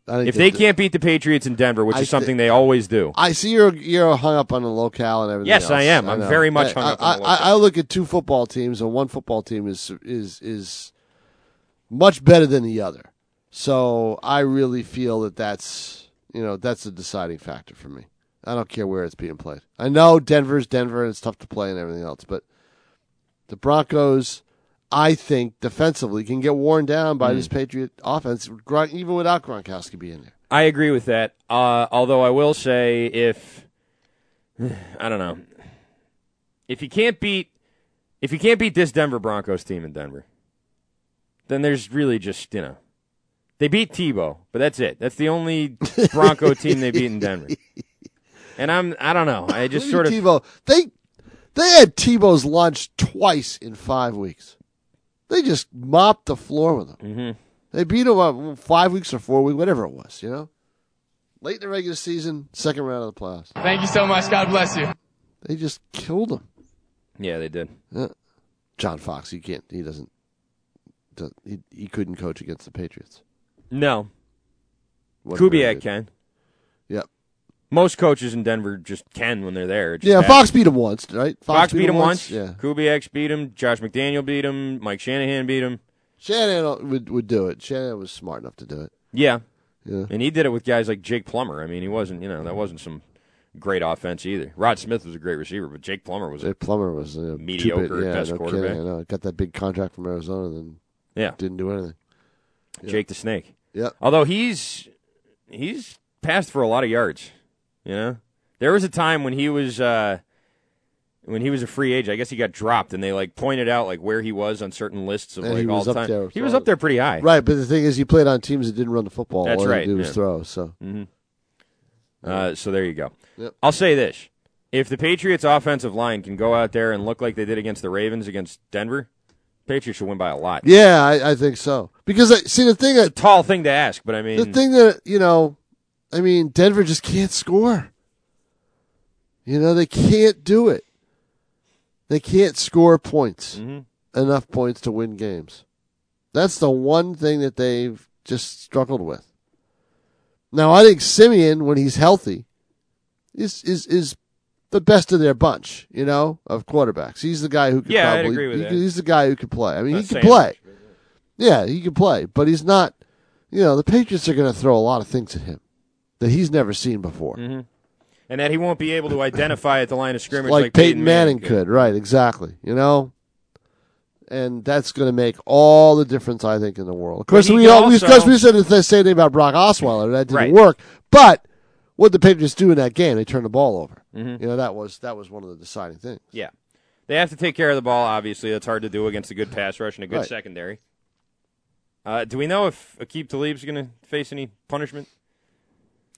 I think
If they
do.
can't beat the Patriots in Denver, which
I
is something
thi-
they always do,
I see you're you're hung up on the locale and everything.
Yes,
else.
I am. I'm
know.
very much
I-
hung up
I,
on the locale.
I, I look at two football teams, and one football team is is is much better than the other. So I really feel that that's you know that's a deciding factor for me. I don't care where it's being played. I know Denver's Denver, and it's tough to play and everything else, but the Broncos, I think defensively can get worn down by
Mm.
this Patriot offense, Gron- even without Gronkowski being there.
I agree with that. Uh, although I will say, if I don't know, if you can't beat if you can't beat this Denver Broncos team in Denver, then there's really just you know they beat Tebow, but that's it. That's the only Bronco team they beat in Denver. And I'm I don't know. I just
Look
sort
at
of
Tebow. They they had Tebow's lunch twice in five weeks. They just mopped the floor with him.
Mhm.
They beat him up five weeks or four weeks, whatever it was. You know, Late in the regular season, second round of the playoffs.
Thank you so much. God bless you.
They just killed him.
Yeah, they did.
Uh, John Fox, he can't. He doesn't. does he, he couldn't coach against the Patriots.
No.
Wasn't very
Kubiak
good.
can.
Yep.
Most coaches in Denver just can when they're there. It just
yeah,
happens.
Fox beat him once, right?
Fox, beat him once.
Yeah.
Kubiak beat him. Josh McDaniel beat him. Mike Shanahan beat him.
Shannon would would do it. Shannon was smart enough to do it.
Yeah.
Yeah.
And he did it with guys like Jake Plummer. I mean, he wasn't, you know, that wasn't some great offense either. Rod Smith was a great receiver, but Jake Plummer was a
Jay Plummer was uh,
mediocre
too big- yeah,
best
no
quarterback.
Kidding, I know. Got that big contract from Arizona, then
Yeah.
didn't do anything. Yeah.
Jake the Snake.
Yeah.
Although he's he's passed for a lot of yards. You know, there was a time when he was uh, when he was a free agent. I guess he got dropped, and they like pointed out like where he was on certain lists of
And
like
he
all
was
the
up
time.
there.
He was up there pretty high.
Right, but the thing is, he played on teams that didn't run the football.
That's
all
right,
He did was
yeah.
throw. So
Mhm. Uh, so there you go.
Yep.
I'll say this: if the Patriots' offensive line can go out there and look like they did against the Ravens against Denver, Patriots should win by a lot.
yeah, I, I think so. Because I see the thing that
Tall thing to ask, but I mean,
the thing that you know, I mean, Denver just can't score. You know, they can't do it. They can't score points
Mhm.
enough points to win games. That's the one thing that they've just struggled with. Now, I think Simeon, when he's healthy, is is is the best of their bunch. You know, of quarterbacks, he's the guy who could
Yeah, I'd
probably
agree with
he
that.
could- he's the guy who could play. I mean,
Not
he can
saying
play. Yeah, he can play, but he's not. You know, the Patriots are going to throw a lot of things at him that he's never seen before,
hmm and that he won't be able to identify at the line of scrimmage
like,
like,
Peyton, Manning could. Right? Exactly. You know. And that's going to make all the difference, I think, in the world. Of course,
But he
we,
could
all, we- of
also-
course we said the same thing about Brock Osweiler. That didn't
Right.
work. But what did the Patriots do in that game? They turned the ball over.
Mhm.
You know, that was that was one of the deciding things.
Yeah. They have to take care of the ball, obviously. That's hard to do against a good pass rush and a good
Right.
secondary. Uh, do we know if Akeem Talib's going to face any punishment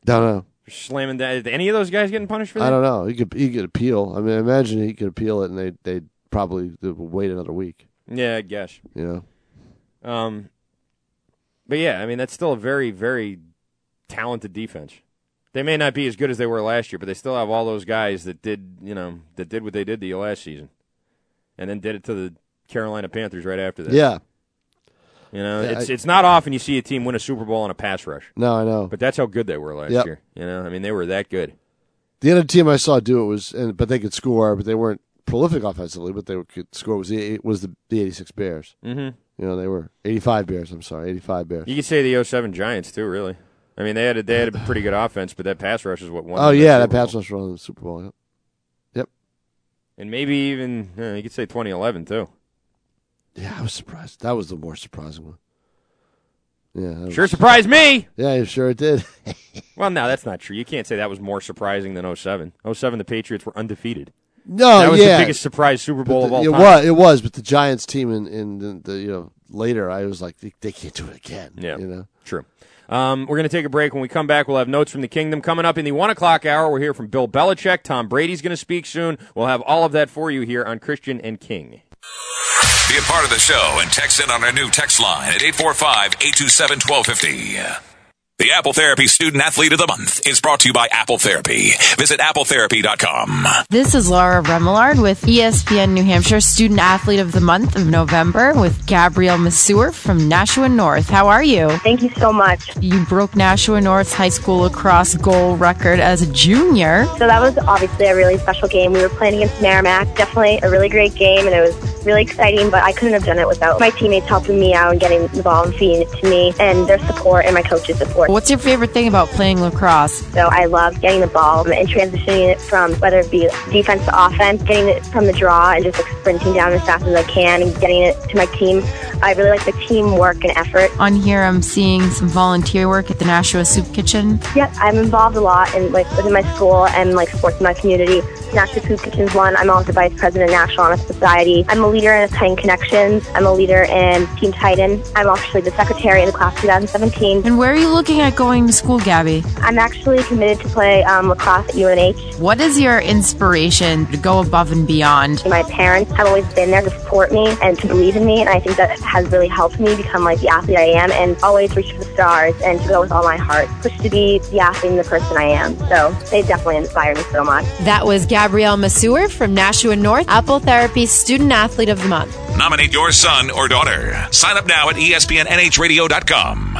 Don't know.
for slamming down? Is any of those guys getting punished for that?
I don't know. He could he could appeal. I mean, I imagine he could appeal it, and they they'd probably they'd wait another week.
Yeah, I guess.
You know.
Um, but yeah, I mean, that's still a very, very talented defense. They may not be as good as they were last year, but they still have all those guys that did, you know, that did what they did to you last season, and then did it to the Carolina Panthers right after that.
Yeah.
You know,
Yeah,
it's
I-
it's not often you see a team win a Super Bowl on a pass rush.
No, I know.
But that's how good they were last
Yep.
year. You know, I mean, they were that good.
The other team I saw do it was, and but they could score, but they weren't prolific offensively, but they could score. Was the was the, the eighty six Bears?
Mhm.
You know, they were eighty five Bears. I'm sorry, eighty five Bears.
You could say the 07 Giants too, really. I mean, they had a, they had a pretty good offense, but that pass rush is what won.
Oh
them
yeah,
Super
that pass
Bowl.
rush run in the Super Bowl. Yep.
and maybe even uh, you could say 2011 too.
Yeah, I was surprised. That was the more surprising one. Yeah. that
Sure
was-
surprised me.
Yeah, it sure it did.
Well, no, that's not true. You can't say that was more surprising than 07. 07, the Patriots were undefeated.
No,
that was
yeah.
the biggest surprise Super Bowl
But
of all
it
time.
was, it was, but the Giants team in, in the, the you know later, I was like, they, they can't do it again.
Yeah,
you know.
True. Um, we're going to take a break. When we come back, we'll have notes from the kingdom coming up in the one o'clock hour. We'll hear from Bill Belichick. Tom Brady's going to speak soon. We'll have all of that for you here on Christian and King.
Be a part of the show and text in on our new text line at 845 827 1250. The Apple Therapy Student Athlete of the Month is brought to you by Apple Therapy. Visit appletherapy.com.
This is Laura Remillard with E ESPN New Hampshire Student Athlete of the Month of November with Gabrielle Masseur from Nashua North. How are you? Thank you so much. You broke Nashua North's high school lacrosse goal record as a junior.
So that was obviously a really special game. We were playing against Merrimack. Definitely a really great game, and it was really exciting, but I couldn't have done it without my teammates helping me out and getting the ball and feeding it to me, and their support and my coach's support.
What's your favorite thing about playing lacrosse?
So I love getting the ball and transitioning it from whether it be defense to offense, getting it from the draw and just like sprinting down as fast as I can and getting it to my team. I really like the teamwork and effort.
On here, I'm seeing some volunteer work at the Nashua Soup Kitchen.
Yep, I'm involved a lot in like within my school and like sports in my community. National Food Kitchen's one. I'm also vice president of National Honor Society. I'm a leader in Titan Connections. I'm a leader in Team Titan. I'm actually the secretary in the class of 2017.
And where are you looking at going to school, Gabby?
I'm actually committed to play um, lacrosse at UNH.
What is your inspiration to go above and beyond?
My parents have always been there to support me and to believe in me, and I think that has really helped me become like the athlete I am and always reach for the stars and to go with all my heart, push to be the athlete and the person I am. So they definitely inspire me so much.
That was Gabrielle Masseur from Nashua North, Apple Therapy Student Athlete of the Month.
Nominate your son or daughter. Sign up now at E ESPNNHradio.com.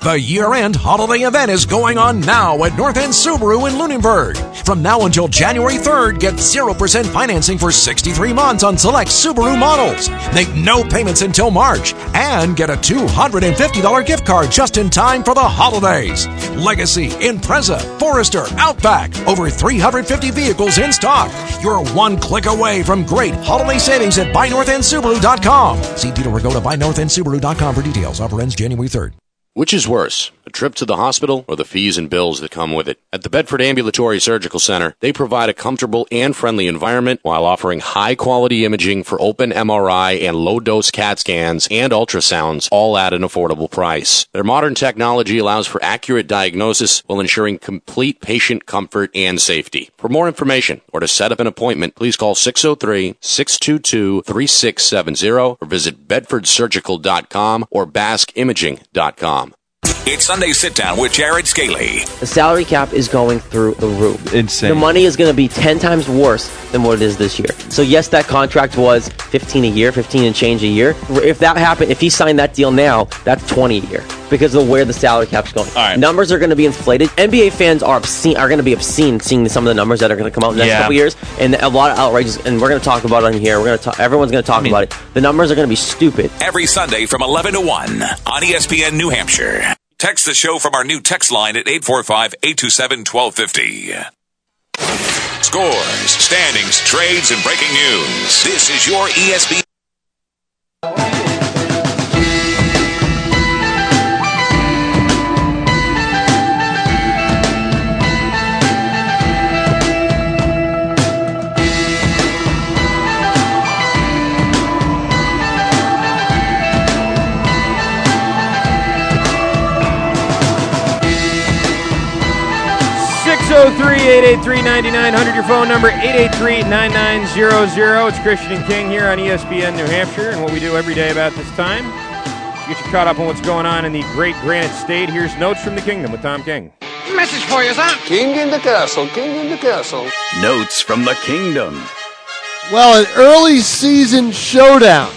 The year-end holiday event is going on now at North End Subaru in Lunenburg. From now until January 3rd, get 0% financing for 63 months on select Subaru models. Make no payments until March and get a $250 gift card just in time for the holidays. Legacy, Impreza, Forester, Outback, over 350 vehicles in stock. You're one click away from great holiday savings at buynorthendsubaru.com. See dealer or go to buynorthendsubaru.com for details. Offer ends January 3rd.
Which is worse, a trip to the hospital or the fees and bills that come with it? At the Bedford Ambulatory Surgical Center, they provide a comfortable and friendly environment while offering high quality imaging for open MRI and low dose CAT scans and ultrasounds, all at an affordable price. Their modern technology allows for accurate diagnosis while ensuring complete patient comfort and safety. For more information or to set up an appointment, please call 603 622 3670 or visit bedfordsurgical.com or baskimaging.com.
It's Sunday Sit Down with Jared Scaly.
The salary cap is going through the roof.
Insane.
The money is going to be 10 times worse than what it is this year. So, yes, that contract was 15 a year, 15 and change a year. If that happened, if he signed that deal now, that's 20 a year because of where the salary cap's going. Numbers are going to be inflated. NBA fans are obscene, are going to be obscene seeing some of the numbers that are going to come out in the next
Yeah.
couple years. And a lot of outrageous, and we're going to talk about it on here. We're going to talk, everyone's going to talk about it. The numbers are going to be stupid.
Every Sunday from 11 to 1 on E ESPN New Hampshire. Text the show from our new text line at 845 827 1250. Scores, standings, trades, and breaking news. This is your E ESPN.
Six zero three eight eight three ninety nine hundred. your phone number, 883-9900. It's Christian and King here on E ESPN New Hampshire, and what we do every day about this time is get you caught up on what's going on in the great Granite State. Here's Notes from the Kingdom with Tom King.
Message for you, son. King in the castle, king in the castle.
Notes from the Kingdom.
Well, an early season showdown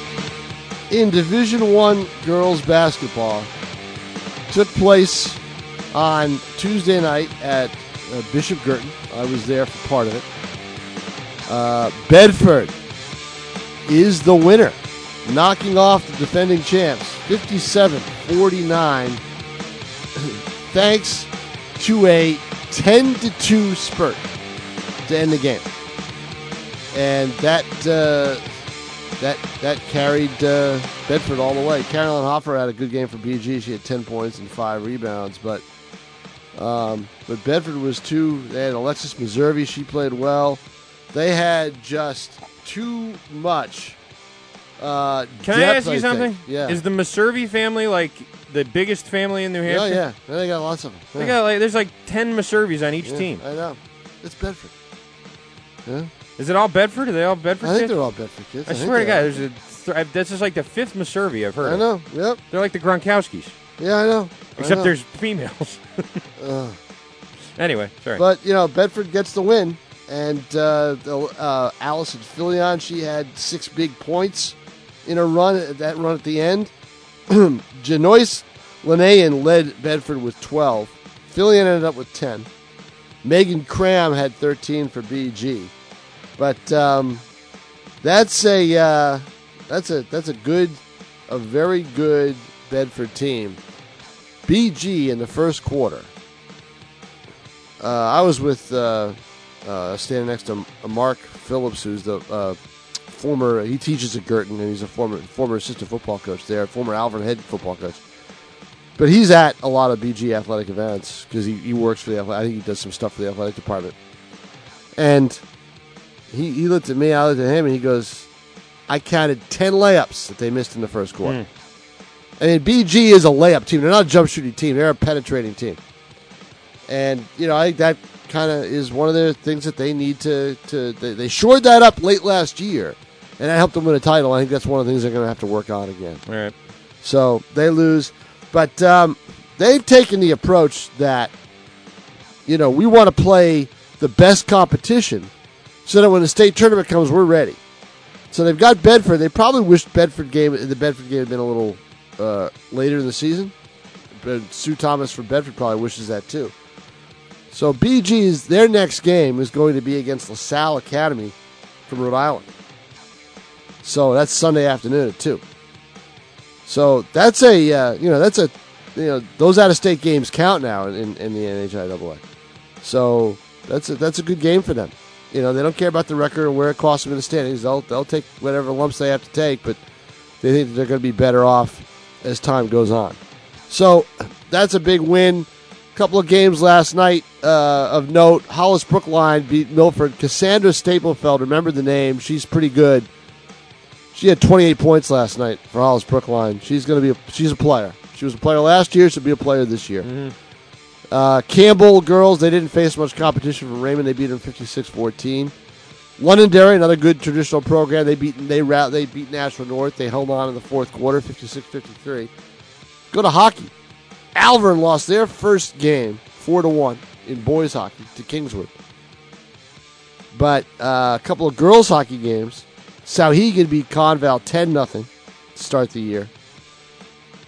in Division One girls basketball took place on Tuesday night at uh, Bishop Girton. I was there for part of it. Uh, Bedford is the winner, knocking off the defending champs 57 49, thanks to a 10 2 spurt to end the game and that uh, that that carried uh, Bedford all the way. Carolyn Hoffer had a good game for BG. She had ten points and five rebounds, but um, but Bedford was two. They had Alexis Missouri. She played well. They had just too much. Uh,
Can I
depth,
ask you
think.
something?
Yeah.
Is the Maservi family like the biggest family in New
yeah,
Hampshire?
yeah. They got lots of them.
They got like there's like ten Maservis on each
Yeah,
team.
I know. It's Bedford. Yeah.
Is it all Bedford? Are they all Bedford?
I think
kids?
they're all Bedford kids.
I,
I think
swear to
they
God,
are.
there's a th- I- that's just like the fifth Maservi I've heard.
I
of.
know. Yep.
They're like the Gronkowskis,
Yeah, I know. I
except
know.
there's females.
Ugh.
anyway, sorry.
But you know, Bedford gets the win, and uh, the, uh, Allison Filion she had six big points in a run. That run at the end, Janois Linnaean led Bedford with twelve. Filion ended up with ten. Megan Cram had thirteen for BG, but um, that's a uh, that's a that's a good, a very good Bedford team. BG in the first quarter uh, I was with uh, uh, standing next to M- Mark Phillips, who's the uh, former. He teaches at Girton, and he's a former former assistant football coach there, former Alvin head football coach. But he's at a lot of BG athletic events because he, he works for the athletic. I think he does some stuff for the athletic department. And he, he looked at me, I looked at him, and he goes, I counted 10 layups that they missed in the first quarter. I mean, BG is a layup team. They're not a jump shooting team, they're a penetrating team. And, you know, I think that kind of is one of the things that they need to. to they, they shored that up late last year, and that helped them win a title. I think that's one of the things they're going to have to work on again.
All right.
So they lose. But um, they've taken the approach that, you know, we want to play the best competition so that when the state tournament comes, we're ready. So they've got Bedford. They probably wished Bedford game the Bedford game had been a little uh, later in the season. But uh, Sue Thomas from Bedford probably wishes that too. So BG's their next game is going to be against LaSalle Academy from Rhode Island. So that's Sunday afternoon at two. So that's a uh, you know that's a you know those out of state games count now in, in the NHIAA. So that's a, that's a good game for them. You know they don't care about the record or where it costs them in the standings. They'll they'll take whatever lumps they have to take, but they think they're going to be better off as time goes on. So that's a big win. Couple of games last night uh, of note: Hollis Brookline beat Milford. Cassandra Staplefeld, remember the name? She's pretty good. She had 28 points last night for Hollis Brookline. She's going to be a, she's a player. She was a player last year. She'll be a player this year. Uh, Campbell girls, they didn't face much competition from Raymond. They beat them 56-14. Londonderry, another good traditional program. They beat they ra- they beat Nashville North. They held on in the fourth quarter, 56-53. Go to hockey. Alvern lost their first game, four to one, in boys hockey to Kingswood. But uh, a couple of girls hockey games. Sauhegan beat Conval 10 nothing to start the year.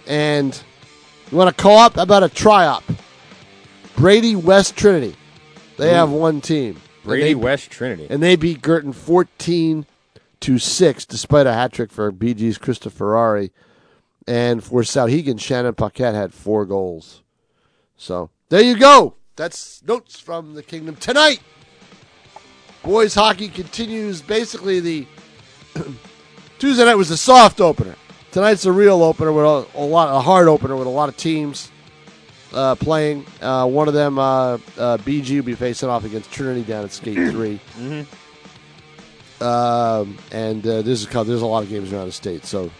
And you want a co-op? How about a tri-op? Brady West Trinity. They have one team. And
Brady
they-
West Trinity.
And they beat Girton 14 to 6 despite a hat trick for BG's Christopher Ferrari. And for Sauhegan, Shannon Paquette had four goals. So there you go. That's notes from the kingdom tonight. Boys hockey continues. Basically, the Tuesday night was the soft opener. Tonight's the real opener with a, a lot, a hard opener with a lot of teams uh, playing. Uh, one of them, uh, uh, BG, will be facing off against Trinity down at Skate Three. Um, and uh, there's a cou- there's a lot of games around the state, so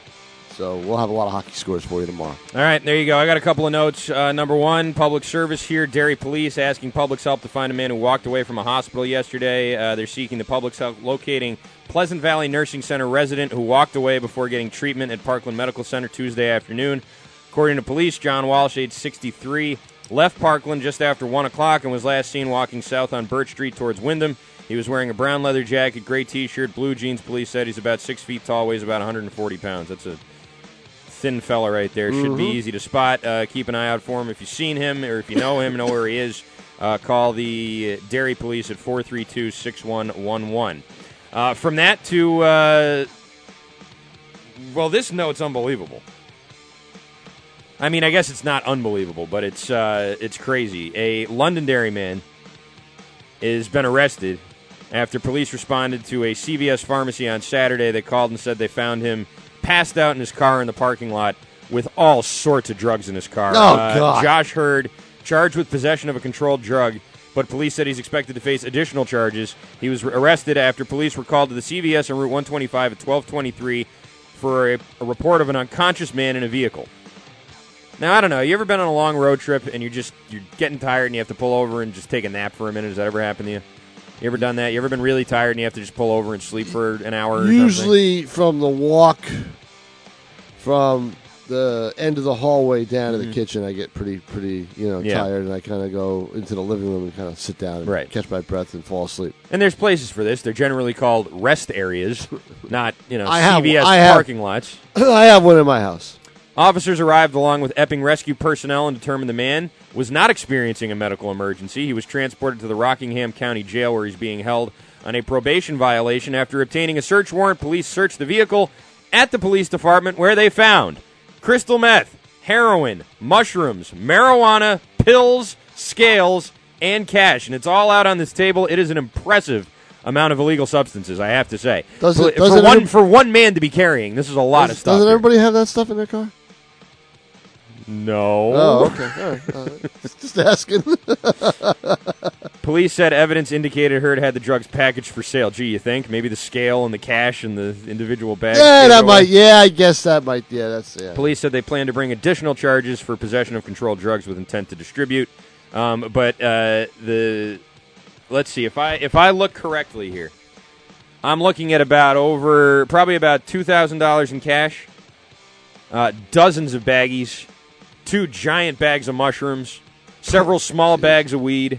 so we'll have a lot of hockey scores for you tomorrow.
All right, there you go. I got a couple of notes. Uh, number one, public service here. Derry police asking public's help to find a man who walked away from a hospital yesterday. Uh, they're seeking the public's help locating Pleasant Valley Nursing Center resident who walked away before getting treatment at Parkland Medical Center Tuesday afternoon. According to police, John Walsh, age 63, left Parkland just after 1 o'clock and was last seen walking south on Birch Street towards Wyndham. He was wearing a brown leather jacket, gray t shirt, blue jeans. Police said he's about six feet tall, weighs about 140 pounds. That's a thin fella right there. Should be
Mhm.
easy to spot. Uh, keep an eye out for him if you've seen him or if you know him, know where he is. Uh, call the Dairy Police at 432 6111. From that to, uh, well, this note's unbelievable. I mean, I guess it's not unbelievable, but it's uh, it's crazy. A Londonderry man has been arrested after police responded to a CVS pharmacy on Saturday. They called and said they found him passed out in his car in the parking lot with all sorts of drugs in his car. Uh,
Oh, God.
Josh Hurd charged with possession of a controlled drug, but police said he's expected to face additional charges. He was arrested after police were called to the CVS on Route 125 at 1223 for a, a report of an unconscious man in a vehicle. Now I don't know. You ever been on a long road trip and you're just you're getting tired and you have to pull over and just take a nap for a minute? Has that ever happened to you? You ever done that? You ever been really tired and you have to just pull over and sleep for an hour? Or something?
Usually from the walk from the end of the hallway down to the
Mhm.
kitchen, I get pretty pretty you know
Yeah.
tired, and I kind of go into the living room and kind of sit down and
Right.
catch my breath and fall asleep.
And there's places for this. They're generally called rest areas, not you know
I have-
CVS
I have-
parking lots.
I have one in my house.
Officers arrived along with Epping rescue personnel and determined the man was not experiencing a medical emergency. He was transported to the Rockingham County Jail where he's being held on a probation violation. After obtaining a search warrant, police searched the vehicle at the police department where they found crystal meth, heroin, mushrooms, marijuana, pills, scales, and cash. And it's all out on this table. It is an impressive amount of illegal substances. I have to say,
Does
For-
it- does
for
it
one
ever-
for one man to be carrying, this is a lot of stuff.
Doesn't everybody have that stuff in their car?
No.
Oh, okay. All right. All right. Just asking.
Police said evidence indicated Heard had the drugs packaged for sale. Gee, you think maybe the scale and the cash and the individual bags?
yeah,
gave it
that
away?
might. Yeah, I guess that might. Yeah, that's yeah.
Police said they plan to bring additional charges for possession of controlled drugs with intent to distribute. Um, but uh, the let's see if I if I look correctly here, I'm looking at about over probably about two thousand dollars in cash, uh, dozens of baggies, two giant bags of mushrooms, several small bags of weed.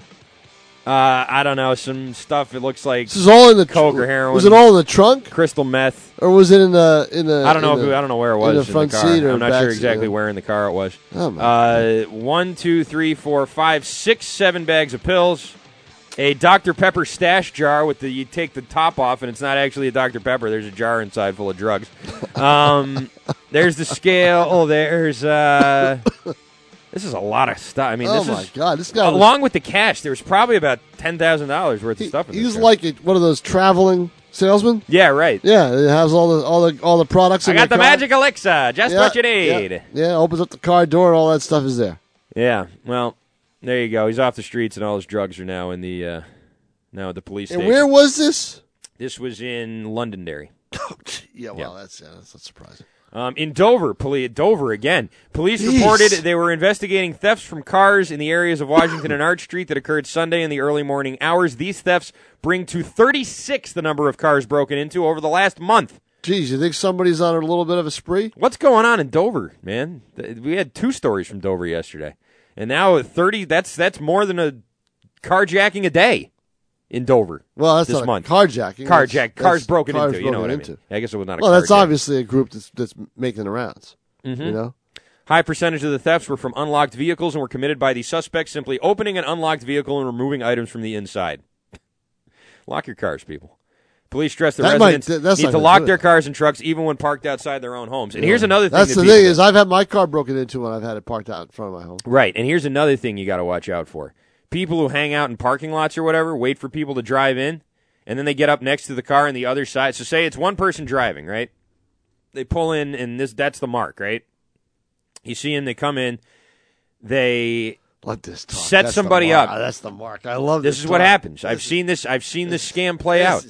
Uh, I don't know some stuff. It looks like
This is all in the tr-
coke or heroin.
Was it all in the trunk?
Crystal meth.
Or was it in the in the?
I don't
in
know. If,
the-
I don't know where it
in
was.
the
in
front
car.
seat or
I'm not
back
sure
seat,
exactly
yeah.
where in the car it was.
Oh, my
uh, one, two, three, four, five, six, seven bags of pills. A Dr Pepper stash jar with the you take the top off and it's not actually a Dr Pepper. There's a jar inside full of drugs. Um, there's the scale. Oh, there's. Uh, this is a lot of stuff. I mean,
Oh,
this
my
is,
God, this guy was-
Along with the cash, there was probably about ten thousand dollars worth of stuff. In this
He's
jar.
like a, one of those traveling salesmen.
yeah, right.
Yeah, it has all the all the all the products.
I
in
got
their
the
car.
magic elixir, just
Yeah,
what you need.
Yeah, yeah, opens up the car door and all that stuff is there.
Yeah. Well, there you go. He's off the streets, and all his drugs are now in the uh, now at the police
And
station.
where was this? Oh,
This was in Londonderry.
Yeah, well, that's yeah, that's not surprising.
Um, in Dover, police Dover again. Police reported they were investigating thefts from cars in the areas of Washington and Arch Street that occurred Sunday in the early morning hours. These thefts bring to 36 the number of cars broken into over the last month.
Geez, you think somebody's on a little bit of a spree?
What's going on in Dover, man? Th- We had two stories from Dover yesterday, and now 30. That's that's more than a carjacking a day in Dover.
Well, that's
this
not a
month.
carjacking.
Carjack,
That's-
cars
that's
broken
cars
into. You
broken
know what I mean?
into.
I guess it was not. a
Well, that's
carjack.
obviously a group that's that's making the rounds.
Mm-hmm.
You know,
High percentage of the thefts were from unlocked vehicles and were committed by the suspects simply opening an unlocked vehicle and removing items from the inside. Lock your cars, people. Police stress the
That might-
residents
th- that's
need
not
to
gonna
lock
do
their cars and trucks even when parked outside their own homes. And here's another thing.
That's
that
the
people
thing
do.
is, I've had my car broken into when I've had it parked out in front of my home.
Right. And here's another thing you got to watch out for. People who hang out in parking lots or whatever, wait for people to drive in, and then they get up next to the car on the other side. So say it's one person driving, right? They pull in and this that's the mark, right? You see him, they come in, they
let this talk.
set
That's the
somebody
mark.
up.
Ah, that's the mark. I love
this.
this
is what
talk.
happens. I've seen this I've seen this scam play out.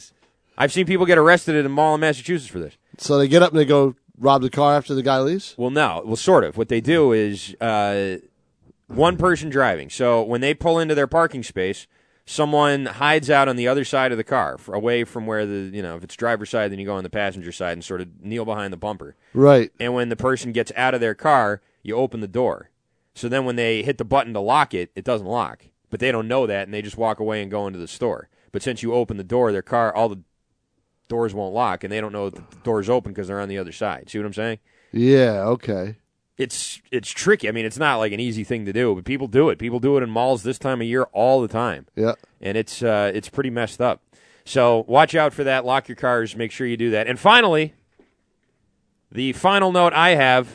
I've seen people get arrested at a mall in Massachusetts for this.
So they get up and they go rob the car after the guy leaves.
Well, no. Well, sort of. What they do is uh, one person driving. So when they pull into their parking space, someone hides out on the other side of the car, f- away from where the you know if it's driver's side, then you go on the passenger side and sort of kneel behind the bumper.
Right.
And when the person gets out of their car, you open the door. So then when they hit the button to lock it, it doesn't lock. But they don't know that, and they just walk away and go into the store. But since you open the door, their car, all the doors won't lock, and they don't know that the door's open because they're on the other side. See what I'm saying?
Yeah. Okay.
it's it's tricky. I mean, it's not like an easy thing to do, but people do it. People do it in malls this time of year all the time.
Yeah.
and it's uh, it's pretty messed up. So watch out for that. Lock your cars. Make sure you do that. And finally, the final note I have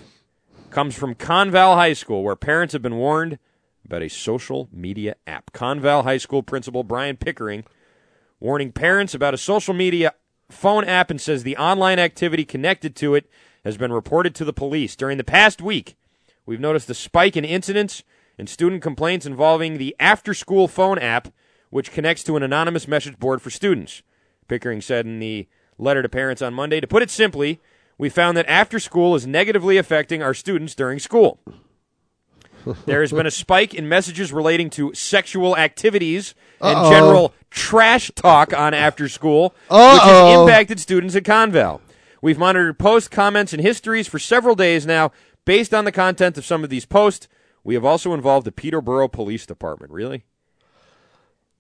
comes from Conval High School, where parents have been warned about a social media app. Conval High School principal Brian Pickering warning parents about a social media phone app and says the online activity connected to it has been reported to the police. During the past week, we've noticed a spike in incidents and student complaints involving the after school phone app, which connects to an anonymous message board for students. Pickering said in the letter to parents on Monday. To put it simply, we found that after school is negatively affecting our students during school. There has been a spike in messages relating to sexual activities and
Uh-oh.
general trash talk on after school, which has
Uh-oh.
impacted students at Conval. We've monitored posts, comments, and histories for several days now. Based on the content of some of these posts, we have also involved the Peterborough Police Department. Really?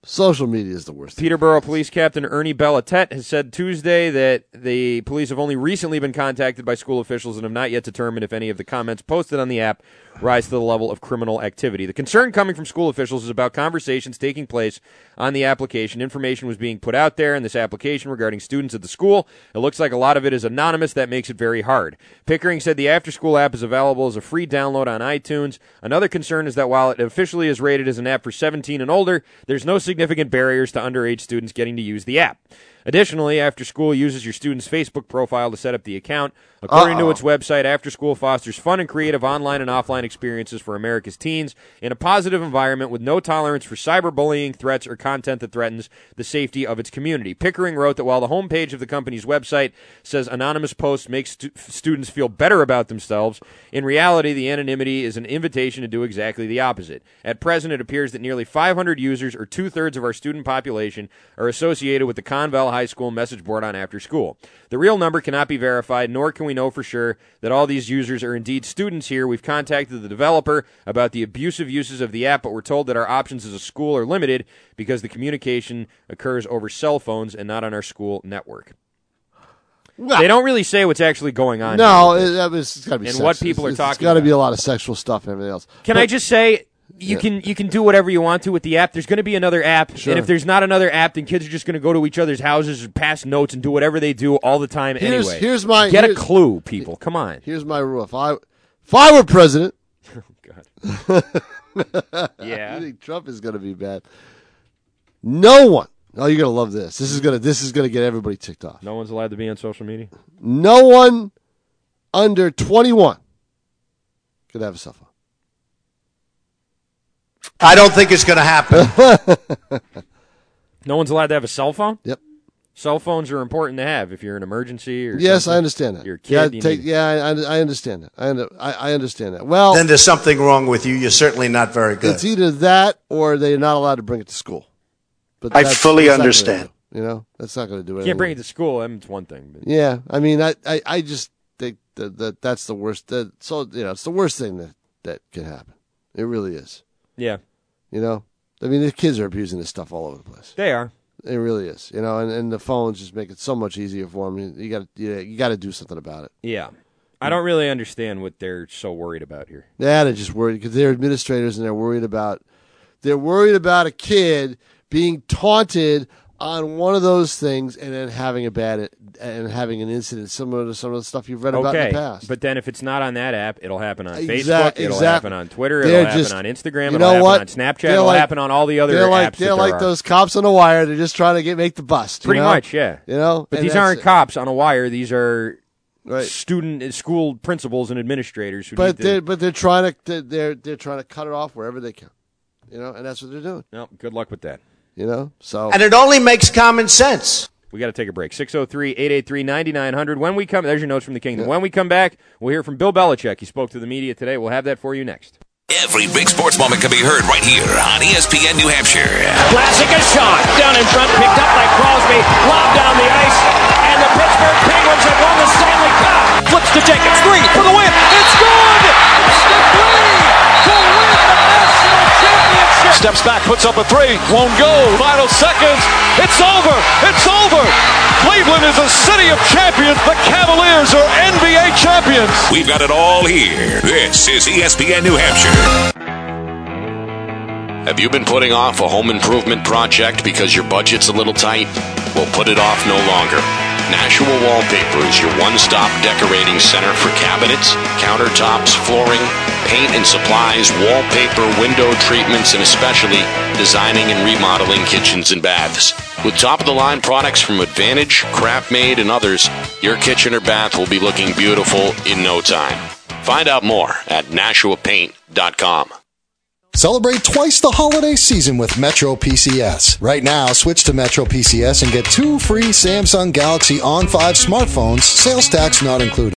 Social media is the worst.
Peterborough Police Captain Ernie Bellatet has said Tuesday that the police have only recently been contacted by school officials and have not yet determined if any of the comments posted on the app rise to the level of criminal activity. The concern coming from school officials is about conversations taking place on the application. Information was being put out there in this application regarding students at the school. It looks like a lot of it is anonymous. That makes it very hard. Pickering said the after school app is available as a free download on iTunes. Another concern is that while it officially is rated as an app for 17 and older, there's no significant significant barriers to underage students getting to use the app. Additionally, After School uses your student's Facebook profile to set up the account. According
Uh-oh.
to its website, After School fosters fun and creative online and offline experiences for America's teens in a positive environment with no tolerance for cyberbullying, threats, or content that threatens the safety of its community. Pickering wrote that while the homepage of the company's website says anonymous posts make stu- students feel better about themselves, in reality, the anonymity is an invitation to do exactly the opposite. At present, it appears that nearly 500 users, or two thirds of our student population, are associated with the Conval High School message board on after school. The real number cannot be verified, nor can we know for sure that all these users are indeed students here. We've contacted the developer about the abusive uses of the app, but we're told that our options as a school are limited because the communication occurs over cell phones and not on our school network. they don't really say what's actually going on.
No,
here.
it, that was, it's got to be.
And
sex.
what people
It's-
are
It's
talking
got to be a lot of sexual stuff and everything else.
Can
But-
I just say you
Yeah.
can you can do whatever you want to with the app. There's going to be another app,
Sure.
and if there's not another app, then kids are just going to go to each other's houses and pass notes and do whatever they do all the time.
Here's-
anyway,
here's my-
get
here's-
a clue, people. Come on.
Here's my rule: if I if I were president,
Yeah.
you think Trump is going to be bad? No one. Oh, you're going to love this. This is going to this is going to get everybody ticked off.
No one's allowed to be on social media.
No one under 21 could have a cell phone.
I don't think it's going to happen.
No one's allowed to have a cell phone.
Yep.
Cell phones are important to have if you're in an emergency or
Yes,
something.
I understand that.
You're a
yeah,
kid. you
take-
need-
yeah, I, I- I understand that. I, under- I, I understand that. Well,
then there's something wrong with you. You're certainly not very good.
it's either that or they're not allowed to bring it to school. But
I
that's-
fully
that's not gonna
understand.
do it, you know, that's not going to do
you
it.
can't bring it to school. I mean, it's one thing. But
Yeah, I mean, I, I, I just think that, that that's the worst. That, so you know, it's the worst thing that that can happen. It really is.
Yeah.
You know, I mean, the kids are abusing this stuff all over the place.
They are.
It really is. You know, and, and the phones just make it so much easier for them. You, got you, you got to do something about it.
yeah, I don't really understand what they're so worried about here.
Yeah, they're just worried because they're administrators and they're worried about they're worried about a kid being taunted on one of those things and then having a bad and having an incident similar to some of the stuff you've read about in the past.
But then if it's not on that app, it'll happen on
Exact-
Facebook, it'll
exact-
happen on Twitter,
They're
it'll happen
just-
on Instagram,
you
it'll
know
happen
what?
on Snapchat,
They're
it'll
like-
happen on all the other
they're like
apps.
they're
that there
like
are.
those cops on the wire. They're just trying to get make the bust. you
Pretty
know?
much, yeah.
You know,
but
And
these
that's-
aren't cops on a wire. These are
Right.
student, school principals and administrators who.
But
need to,
they're but they're trying to they're they're trying to cut it off wherever they can. You know, and that's what they're doing.
No, good luck with that.
You know, so
And it only makes common sense.
We got to take a break. 603 883 9900. When we come, there's your notes from the kingdom. When we come back, we'll hear from Bill Belichick. He spoke to the media today. We'll have that for you next.
Every big sports moment can be heard right here on E ESPN New Hampshire.
Classic a shot. Down in front, picked up by Crosby, lobbed down the ice, and the Pittsburgh Penguins have won the Stanley Cup. Flips to Jenkins, three for the win. It's good!
Steps back, puts up a three, won't go. Final seconds. It's over. It's over. Cleveland is a city of champions. The Cavaliers are NBA champions.
We've got it all here. This is E ESPN New Hampshire.
Have you been putting off a home improvement project because your budget's a little tight? Well, put it off no longer. Nashua Wallpaper is your one stop decorating center for cabinets, countertops, flooring, paint and supplies, wallpaper, window treatments, and especially designing and remodeling kitchens and baths. With top of the line products from Advantage, Craftmade, and others, your kitchen or bath will be looking beautiful in no time. Find out more at NashuaPaint.com.
Celebrate twice the holiday season with Metro PCS. Right now, switch to Metro PCS and get two free Samsung Galaxy On 5 smartphones, sales tax not included.